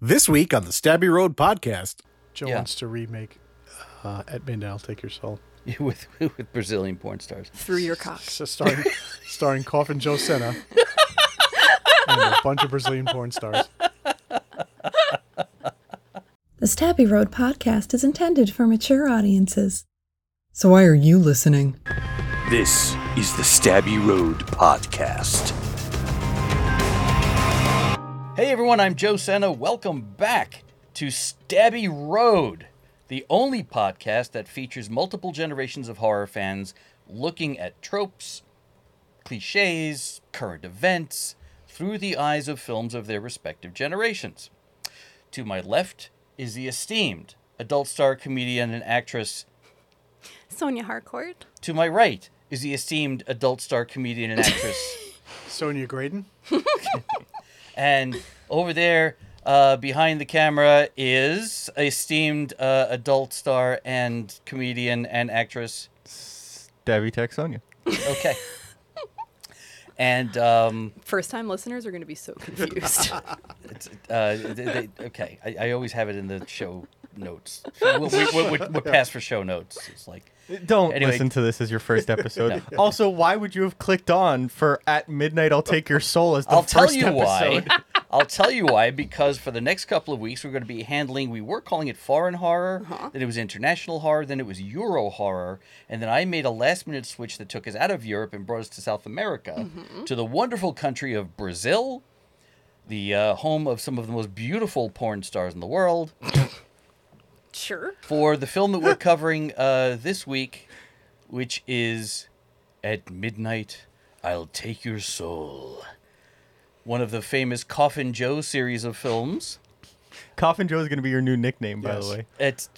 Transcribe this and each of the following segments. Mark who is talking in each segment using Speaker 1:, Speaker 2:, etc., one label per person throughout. Speaker 1: This week on the Stabby Road podcast,
Speaker 2: Joe
Speaker 3: Yeah.
Speaker 2: wants to remake uh, At Midnight I'll Take Your Soul.
Speaker 3: with with Brazilian porn stars.
Speaker 4: through your
Speaker 3: Ah.
Speaker 4: cock.
Speaker 2: So starring, starring Coffin Joe Senna and a bunch of Brazilian porn stars.
Speaker 5: The Stabby Road podcast is intended for mature audiences. So why are you listening?
Speaker 6: This is the Stabby Road Podcast.
Speaker 3: Hey everyone, I'm Joe Senna. Welcome back to Stabby Road, the only podcast that features multiple generations of horror fans looking at tropes, cliches, current events through the eyes of films of their respective generations. To my left is the esteemed adult star, comedian, and actress
Speaker 4: Sonia Harcourt.
Speaker 3: To my right is the esteemed adult star comedian and actress.
Speaker 2: Sonia Graydon.
Speaker 3: and over there, uh, behind the camera, is esteemed uh, adult star and comedian and actress.
Speaker 7: Davy Taxonia.
Speaker 3: Okay. and um,
Speaker 4: First time listeners are going to be so confused.
Speaker 3: uh, they, they, okay, I, I always have it in the show notes. We'll, we, we, we, we'll pass for show notes. It's like.
Speaker 7: Don't
Speaker 3: Anyway.
Speaker 7: listen to this as your first episode. Also, why would you have clicked on for "At Midnight I'll Take Your Soul" as the
Speaker 3: I'll
Speaker 7: first
Speaker 3: tell you
Speaker 7: episode?
Speaker 3: why. I'll tell you why because for the next couple of weeks we're going to be handling. We were calling it foreign horror, then it was international horror, then it was Euro horror, and then I made a last minute switch that took us out of Europe and brought us to South America, to the wonderful country of Brazil, the uh, home of some of the most beautiful porn stars in the world.
Speaker 4: sure.
Speaker 3: For the film that we're covering uh, this week, which is At Midnight, I'll Take Your Soul. One of the famous Coffin Joe series of films.
Speaker 7: Coffin Joe is going to be your new nickname, by
Speaker 2: Yes.
Speaker 7: the way.
Speaker 3: It's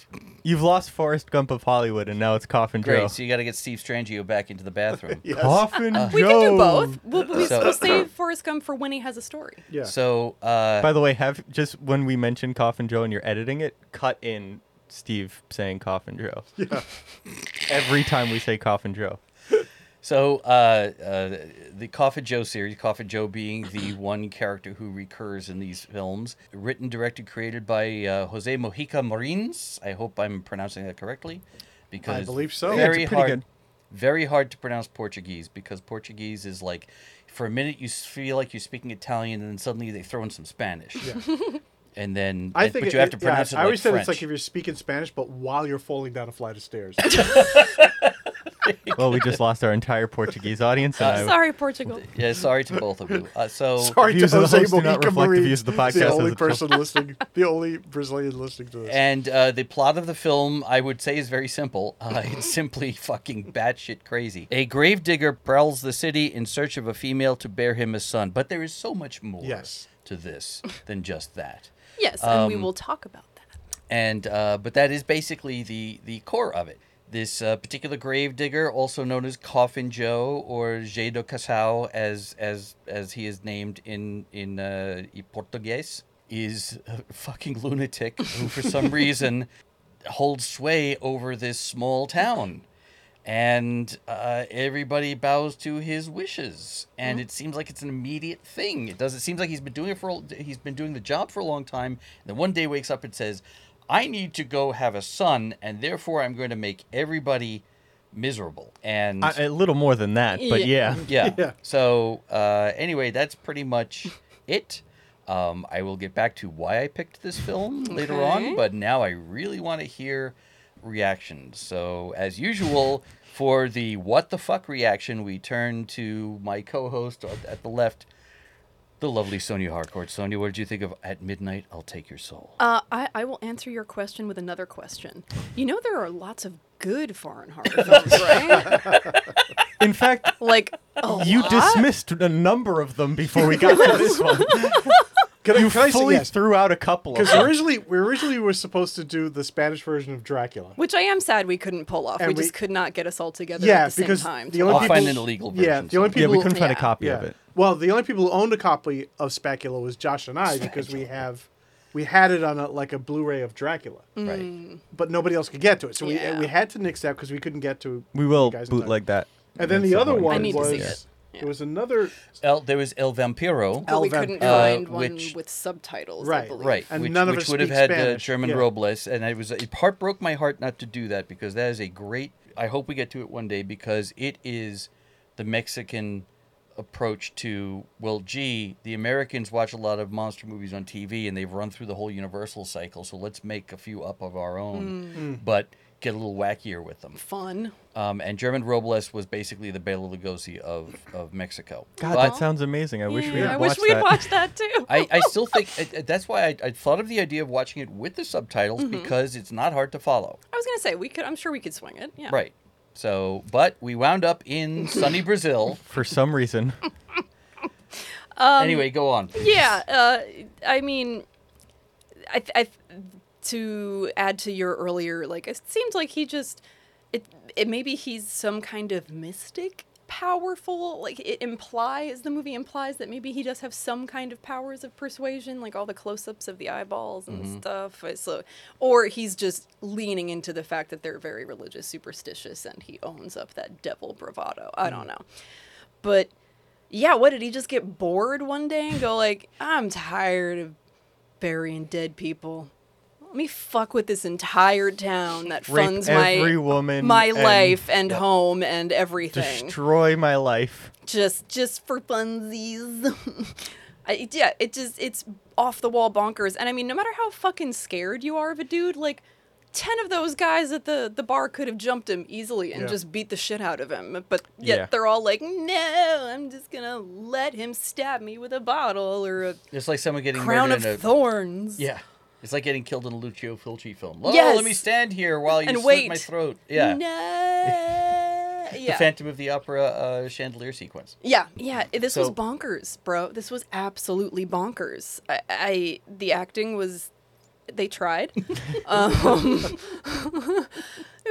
Speaker 7: You've lost Forrest Gump of Hollywood, and now it's Coffin
Speaker 3: great.
Speaker 7: Joe.
Speaker 3: So you got to get Steve Strangio back into the bathroom.
Speaker 7: Coffin
Speaker 3: Uh,
Speaker 7: Joe.
Speaker 4: We can do both. We'll, we
Speaker 3: So- uh,
Speaker 4: we'll save Forrest Gump for when he has a story.
Speaker 2: Yeah.
Speaker 3: So, uh,
Speaker 7: By the way, have just when we mention Coffin Joe and you're editing it, cut in Steve saying Coffin Joe. Yeah. Every time we say Coffin Joe.
Speaker 3: so uh, uh, the Coffin Joe series, Coffin Joe being the one character who recurs in these films, written, directed, created by uh, Jose Mojica Marins. I hope I'm pronouncing that correctly, because it's
Speaker 2: believe so. Yeah,
Speaker 7: it's
Speaker 3: Very
Speaker 7: pretty
Speaker 3: hard.
Speaker 7: good.
Speaker 3: very hard to pronounce Portuguese because Portuguese is like, for a minute you s- feel like you're speaking Italian, and then suddenly they throw in some Spanish, and then
Speaker 2: I
Speaker 3: and-
Speaker 2: think
Speaker 3: but
Speaker 2: it-
Speaker 3: you have to
Speaker 2: yeah,
Speaker 3: pronounce it
Speaker 2: I
Speaker 3: like
Speaker 2: always said
Speaker 3: French.
Speaker 2: it's like if you're speaking Spanish, but while you're falling down a flight of stairs.
Speaker 7: Well, we just lost our entire Portuguese audience, and I
Speaker 4: Sorry, Portugal.
Speaker 3: yeah, sorry to both of you. Uh, so
Speaker 2: Sorry to
Speaker 7: Views of the
Speaker 2: Jose
Speaker 7: host do not
Speaker 2: Mojica
Speaker 7: reflect the
Speaker 2: Marin,
Speaker 7: views of the podcast
Speaker 2: the
Speaker 7: as
Speaker 2: only
Speaker 7: it's posted.
Speaker 2: person listening, the only Brazilian listening to this.
Speaker 3: and uh, the plot of the film, I would say, is very simple. Uh, it's simply fucking batshit crazy. A gravedigger prowls the city in search of a female to bear him a son, but there is so much more
Speaker 2: Yes.
Speaker 3: to this than just that.
Speaker 4: Yes, and we
Speaker 3: Um,
Speaker 4: will talk about that.
Speaker 3: and uh, but that is basically the the core of it. This uh, particular grave digger, also known as Coffin Joe or Jay do Casal, as as as he is named in in uh, in Portuguese, is a fucking lunatic who, for some reason, holds sway over this small town, and uh, everybody bows to his wishes. And it seems like it's an immediate thing. It does. It seems like he's been doing it for a- he's been doing the job for a long time. And then one day wakes up and says, "I need to go have a son, and therefore I'm going to make everybody miserable." And
Speaker 7: I, a little more than that, but
Speaker 4: Yeah.
Speaker 7: yeah.
Speaker 3: yeah.
Speaker 2: Yeah.
Speaker 3: So uh, anyway, that's pretty much it. Um, I will get back to why I picked this film later on,
Speaker 4: Okay.
Speaker 3: but now I really want to hear reactions. So as usual, for the what the fuck reaction, we turn to my co-host at- at the left, the lovely Sonia Harcourt. Sonia, what did you think of At Midnight, I'll Take Your Soul?
Speaker 4: Uh, I, I will answer your question with another question. You know, there are lots of good foreign horror films, right?
Speaker 7: In fact,
Speaker 4: like, oh, a
Speaker 7: you
Speaker 4: lot?
Speaker 7: dismissed a number of them before we got to this one.
Speaker 2: Can I-
Speaker 7: You
Speaker 2: can I say
Speaker 7: fully
Speaker 2: yes?
Speaker 7: threw out a couple of
Speaker 2: Because
Speaker 7: them.
Speaker 2: originally, we originally were supposed to do the Spanish version of Dracula.
Speaker 4: Which I am sad we couldn't pull off. We,
Speaker 2: And we-
Speaker 4: just could not get us all together
Speaker 2: Yeah,
Speaker 4: at the same
Speaker 2: because
Speaker 4: time.
Speaker 2: the
Speaker 4: to
Speaker 2: only
Speaker 3: I'll
Speaker 4: watch.
Speaker 2: people-
Speaker 3: find an illegal version.
Speaker 2: yeah, the only
Speaker 3: someday.
Speaker 7: Yeah, we
Speaker 2: people-
Speaker 7: couldn't find a
Speaker 4: yeah.
Speaker 7: copy of it.
Speaker 2: Well, the only people who owned a copy of Spacula was Josh and I because we have we had it on a, like a Blu-ray of Dracula,
Speaker 3: right.
Speaker 2: but nobody else could get to it. So
Speaker 4: Mm-hmm. Yeah.
Speaker 2: we we had to nix that because we couldn't get to.
Speaker 7: We will
Speaker 2: you guys in time.
Speaker 7: bootleg that.
Speaker 2: And then
Speaker 7: at
Speaker 2: the
Speaker 7: some
Speaker 2: other
Speaker 7: point.
Speaker 2: one
Speaker 4: I need to
Speaker 2: was
Speaker 4: see it.
Speaker 2: There was another
Speaker 3: El, there was El Vampiro,
Speaker 2: El
Speaker 4: But we couldn't
Speaker 2: Vampiro.
Speaker 4: find
Speaker 3: Uh,
Speaker 4: one
Speaker 3: which-
Speaker 4: with subtitles, I
Speaker 2: Right,
Speaker 4: believe.
Speaker 3: right?
Speaker 2: And
Speaker 3: which
Speaker 2: none of
Speaker 3: which
Speaker 2: us
Speaker 3: would have
Speaker 2: speak
Speaker 3: had uh,
Speaker 2: Spanish,
Speaker 3: German
Speaker 2: yeah.
Speaker 3: Robles, and it was it heart broke my heart not to do that because that is a great. I hope we get to it one day because it is the Mexican approach to well, gee, the Americans watch a lot of monster movies on TV and they've run through the whole Universal cycle, so let's make a few up of our
Speaker 2: Mm.
Speaker 3: own, but get a little wackier with them.
Speaker 4: Fun.
Speaker 3: Um, and German Robles was basically the Bela Lugosi of, of Mexico.
Speaker 7: God,
Speaker 3: But-
Speaker 7: that sounds amazing. I wish we
Speaker 4: Yeah,
Speaker 7: had
Speaker 4: I wish
Speaker 7: watched
Speaker 4: we'd
Speaker 7: that.
Speaker 4: watched that too. Oh,
Speaker 3: I, I still think I- I- that's why I, I thought of the idea of watching it with the subtitles
Speaker 4: Mm-hmm.
Speaker 3: because it's not hard to follow.
Speaker 4: I was gonna say we could. I'm sure we could swing it. Yeah.
Speaker 3: Right. So, but we wound up in sunny Brazil.
Speaker 7: For some reason,
Speaker 3: anyway, go on.
Speaker 4: Um, Yeah. Uh, I mean, I, th- I th- to add to your earlier, like it seems like he just it, it maybe he's some kind of mystic powerful like it implies the movie implies that maybe he does have some kind of powers of persuasion like all the close-ups of the eyeballs and stuff uh, so or he's just leaning into the fact that they're very religious superstitious and he owns up that devil bravado i don't know but yeah, what did he just get bored one day and go like, I'm tired of burying dead people. Let me fuck with this entire town that
Speaker 7: Rape
Speaker 4: funds
Speaker 7: every
Speaker 4: my
Speaker 7: woman
Speaker 4: my
Speaker 7: and-
Speaker 4: life and home and everything.
Speaker 7: destroy my life.
Speaker 4: just just for funsies. I, yeah, it just it's off the wall bonkers. And I mean, no matter how fucking scared you are of a dude, like ten of those guys at the the bar could have jumped him easily and
Speaker 2: Yeah.
Speaker 4: just beat the shit out of him. But yet
Speaker 7: Yeah.
Speaker 4: they're all like, "No, I'm just gonna let him stab me with a bottle or a
Speaker 3: It's like someone getting
Speaker 4: crown
Speaker 3: murdered
Speaker 4: of
Speaker 3: in a
Speaker 4: thorns."
Speaker 3: yeah. It's like getting killed in a Lucio Fulci film. Oh,
Speaker 4: Yes.
Speaker 3: let me stand here while you
Speaker 4: And
Speaker 3: slit my
Speaker 4: wait.
Speaker 3: throat. Yeah.
Speaker 4: No.
Speaker 3: The
Speaker 4: yeah.
Speaker 3: Phantom of the Opera uh, chandelier sequence.
Speaker 4: Yeah, yeah. i- This was
Speaker 3: So-
Speaker 4: bonkers, bro. This was absolutely bonkers. I, I the acting was, they tried. um, it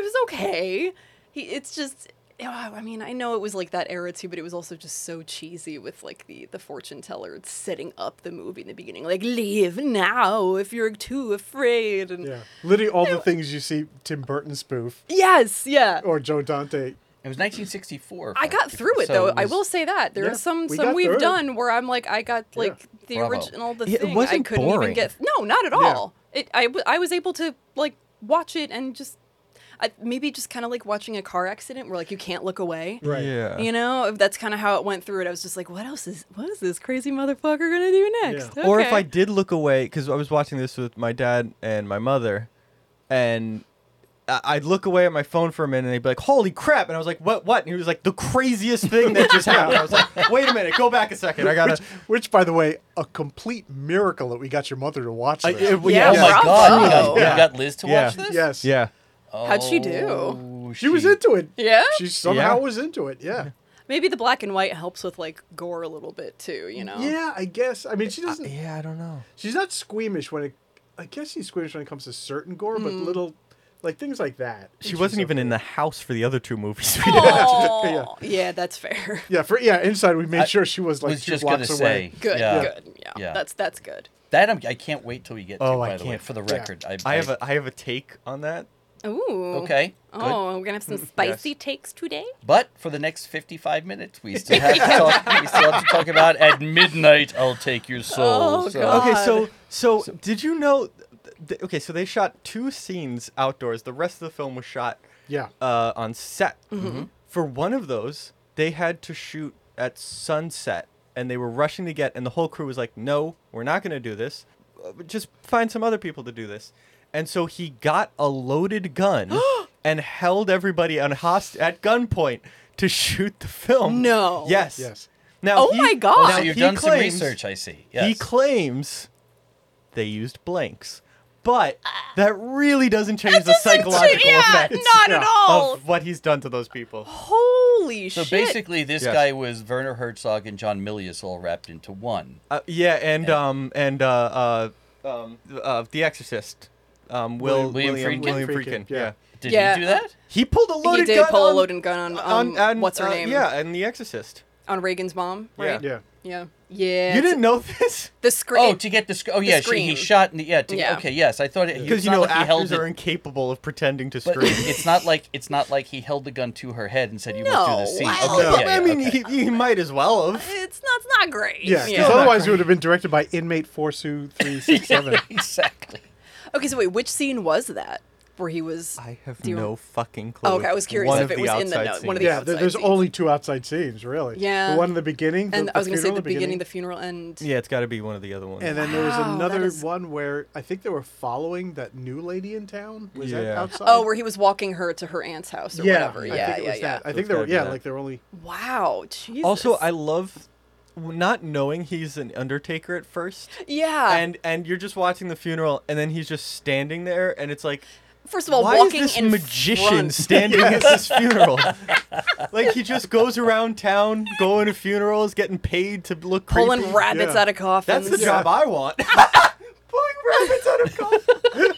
Speaker 4: was okay. He, it's just, oh, I mean, I know it was like that era too, but it was also just so cheesy with like the the fortune teller setting up the movie in the beginning, like leave now if you're too afraid, and
Speaker 2: yeah, literally all the things you see Tim Burton spoof
Speaker 4: yes, yeah.
Speaker 2: or Joe Dante.
Speaker 3: It was 1964.
Speaker 4: I
Speaker 3: Frank,
Speaker 4: got through it
Speaker 3: so
Speaker 4: though. I
Speaker 3: was-
Speaker 4: will say that there
Speaker 2: Yeah,
Speaker 4: are some
Speaker 2: we
Speaker 4: some
Speaker 2: got
Speaker 4: we've
Speaker 2: through it.
Speaker 4: done where I'm like I got like the
Speaker 3: Bravo.
Speaker 4: original the
Speaker 7: Yeah, it
Speaker 4: thing. I
Speaker 7: wasn't
Speaker 4: couldn't even
Speaker 7: boring.
Speaker 4: get no, not at all. It I w- I was able to like watch it and just I, maybe just kind of like watching a car accident where like you can't look away.
Speaker 2: Right.
Speaker 7: Yeah.
Speaker 4: You know, that's kind of how it went through it. I was just like, what else is what is this crazy motherfucker gonna do next?
Speaker 7: Or if
Speaker 4: Okay.
Speaker 7: I did look away, because I was watching this with my dad and my mother, and I- I'd look away at my phone for a minute, and they'd be like, "Holy crap!" And I was like, "What? What?" And he was like, "The craziest thing that just happened." I was like, "Wait a minute, go back a second. I gotta."
Speaker 2: Which, by the way, a complete miracle that we got your mother to watch
Speaker 7: I-
Speaker 2: this.
Speaker 7: it-
Speaker 4: Yeah,
Speaker 3: Oh my God.
Speaker 4: Bravo.
Speaker 3: You got, you
Speaker 7: Yeah.
Speaker 3: got Liz to
Speaker 7: Yeah.
Speaker 3: watch this?
Speaker 2: yes.
Speaker 7: yeah.
Speaker 4: How'd she do?
Speaker 3: Oh,
Speaker 2: She was into it.
Speaker 4: Yeah?
Speaker 2: She somehow
Speaker 7: Yeah.
Speaker 2: was into it. Yeah.
Speaker 4: Maybe the black and white helps with like gore a little bit too. You know.
Speaker 2: Yeah, I guess. I mean, she doesn't.
Speaker 7: Yeah, I don't know.
Speaker 2: She's not squeamish when it. I guess she's squeamish when it comes to certain gore, but
Speaker 4: Hmm.
Speaker 2: little, like things like that.
Speaker 7: She
Speaker 2: She's
Speaker 7: wasn't even
Speaker 2: okay.
Speaker 7: in the house for the other two movies we did.
Speaker 4: Aw. yeah, that's fair.
Speaker 2: Yeah, for yeah, inside we made
Speaker 3: I
Speaker 2: sure she was like
Speaker 3: was
Speaker 2: two
Speaker 3: just gonna
Speaker 2: blocks away.
Speaker 3: say
Speaker 4: Good,
Speaker 3: yeah.
Speaker 4: good. Yeah.
Speaker 3: Yeah.
Speaker 4: That's that's good.
Speaker 3: That I'm, I can't wait till we get to.
Speaker 7: Oh, I
Speaker 3: By the way,
Speaker 7: can't.
Speaker 3: for the
Speaker 2: Yeah.
Speaker 3: record,
Speaker 7: I have a I have a take on that.
Speaker 4: Ooh.
Speaker 3: okay. Good.
Speaker 4: Oh, we're gonna have some spicy takes today.
Speaker 3: But for the next 55 minutes, we still have to talk. we still have to talk about at midnight. I'll take your soul.
Speaker 4: Oh,
Speaker 3: so.
Speaker 4: God.
Speaker 7: Okay, so so did you know? Th- okay, so they shot two scenes outdoors. The rest of the film was shot
Speaker 2: Yeah.
Speaker 7: uh, on set. For one of those, they had to shoot at sunset, and they were rushing to get. And the whole crew was like, "No, we're not going to do this. Uh, Just find some other people to do this." And so he got a loaded gun and held everybody on host at gunpoint to shoot the film.
Speaker 4: No.
Speaker 7: Yes.
Speaker 2: Yes.
Speaker 7: Now.
Speaker 4: Oh
Speaker 7: he-
Speaker 4: my God.
Speaker 7: now
Speaker 3: So you've
Speaker 7: he
Speaker 3: done some
Speaker 7: claims-
Speaker 3: research, I see.
Speaker 7: he
Speaker 3: Yes.
Speaker 7: claims they used blanks, but that really doesn't change the psychological
Speaker 4: yeah,
Speaker 7: effects
Speaker 4: not at
Speaker 2: Yeah.
Speaker 4: all.
Speaker 7: of what he's done to those people.
Speaker 4: Holy
Speaker 3: so
Speaker 4: shit.
Speaker 3: basically, this
Speaker 7: Yes.
Speaker 3: guy was Werner Herzog and John Milius all wrapped into one.
Speaker 7: Uh, yeah, and um and uh, uh um uh, The Exorcist, um Will
Speaker 3: William
Speaker 7: William,
Speaker 3: Friedkin?
Speaker 7: William
Speaker 2: Friedkin,
Speaker 7: Friedkin,
Speaker 2: yeah.
Speaker 7: yeah.
Speaker 3: Did
Speaker 4: Yeah.
Speaker 3: he do that?
Speaker 7: He pulled a
Speaker 4: he
Speaker 7: loaded
Speaker 4: did
Speaker 7: gun
Speaker 4: pull a
Speaker 7: on-
Speaker 4: loaded gun on, um,
Speaker 7: on-
Speaker 4: what's her
Speaker 7: uh,
Speaker 4: name?
Speaker 7: Yeah, and The Exorcist.
Speaker 4: On Reagan's mom,
Speaker 7: Yeah.
Speaker 4: right?
Speaker 2: yeah.
Speaker 4: Yeah. Yeah.
Speaker 7: you didn't know this?
Speaker 4: the screen.
Speaker 3: Oh, to get the sc- oh yeah, she, he
Speaker 4: Uh, screen.
Speaker 3: shot in the yeah. To,
Speaker 4: Yeah.
Speaker 3: Okay, yes, I thought it
Speaker 7: Because
Speaker 3: it's
Speaker 7: you
Speaker 3: not
Speaker 7: know
Speaker 3: like he held
Speaker 7: actors
Speaker 3: it-
Speaker 7: are incapable of pretending to
Speaker 3: But
Speaker 7: scream.
Speaker 3: it's not like it's not like he held the gun to her head and said, "You must do this
Speaker 4: No,
Speaker 3: scene."
Speaker 4: well,
Speaker 3: Okay,
Speaker 7: But,
Speaker 3: yeah,
Speaker 7: I
Speaker 3: yeah,
Speaker 7: mean,
Speaker 3: okay.
Speaker 7: he, he might as well have.
Speaker 4: it's not. It's not great.
Speaker 2: Yeah, 'cause otherwise it would have been directed by inmate four two three six seven.
Speaker 3: exactly.
Speaker 4: Okay, so wait, which scene was that where he was?
Speaker 7: I have
Speaker 4: Do you-
Speaker 7: no fucking clue.
Speaker 4: Oh, okay, I
Speaker 7: It's
Speaker 4: was curious
Speaker 7: one
Speaker 4: if
Speaker 7: of
Speaker 4: it was in the
Speaker 7: outside
Speaker 4: note- one of
Speaker 7: scenes.
Speaker 2: Yeah, there,
Speaker 4: outside
Speaker 2: there's
Speaker 4: scenes.
Speaker 2: only two outside scenes really.
Speaker 4: Yeah.
Speaker 2: the one in the beginning, the,
Speaker 4: and I was going to say
Speaker 2: funeral
Speaker 4: the
Speaker 2: in
Speaker 4: beginning, the funeral, and
Speaker 7: Yeah, it's got to be one of the other ones.
Speaker 2: And then there was
Speaker 4: Wow, that
Speaker 2: another
Speaker 4: is-
Speaker 2: one where I think they were following that new lady in town. Was that
Speaker 7: Yeah.
Speaker 2: outside?
Speaker 4: oh, where he was walking her to her aunt's house or whatever.
Speaker 2: I
Speaker 4: Yeah,
Speaker 2: think it
Speaker 4: yeah,
Speaker 2: was
Speaker 4: yeah.
Speaker 2: that. I think
Speaker 7: it's
Speaker 2: there were
Speaker 7: gotta be
Speaker 2: yeah,
Speaker 7: that.
Speaker 2: like there were only
Speaker 4: Wow, Jesus.
Speaker 7: also, I love w- not knowing he's an undertaker at first.
Speaker 4: yeah.
Speaker 7: and and you're just watching the funeral and then he's just standing there and it's like
Speaker 4: first of all,
Speaker 7: why
Speaker 4: walking
Speaker 7: is this
Speaker 4: in
Speaker 7: magician
Speaker 4: front.
Speaker 7: standing at this funeral? like he just goes around town, going to funerals, getting paid to look creepy.
Speaker 4: pulling rabbits
Speaker 2: Yeah.
Speaker 4: out of coffins.
Speaker 7: That's the job I want. pulling rabbits out of coffins.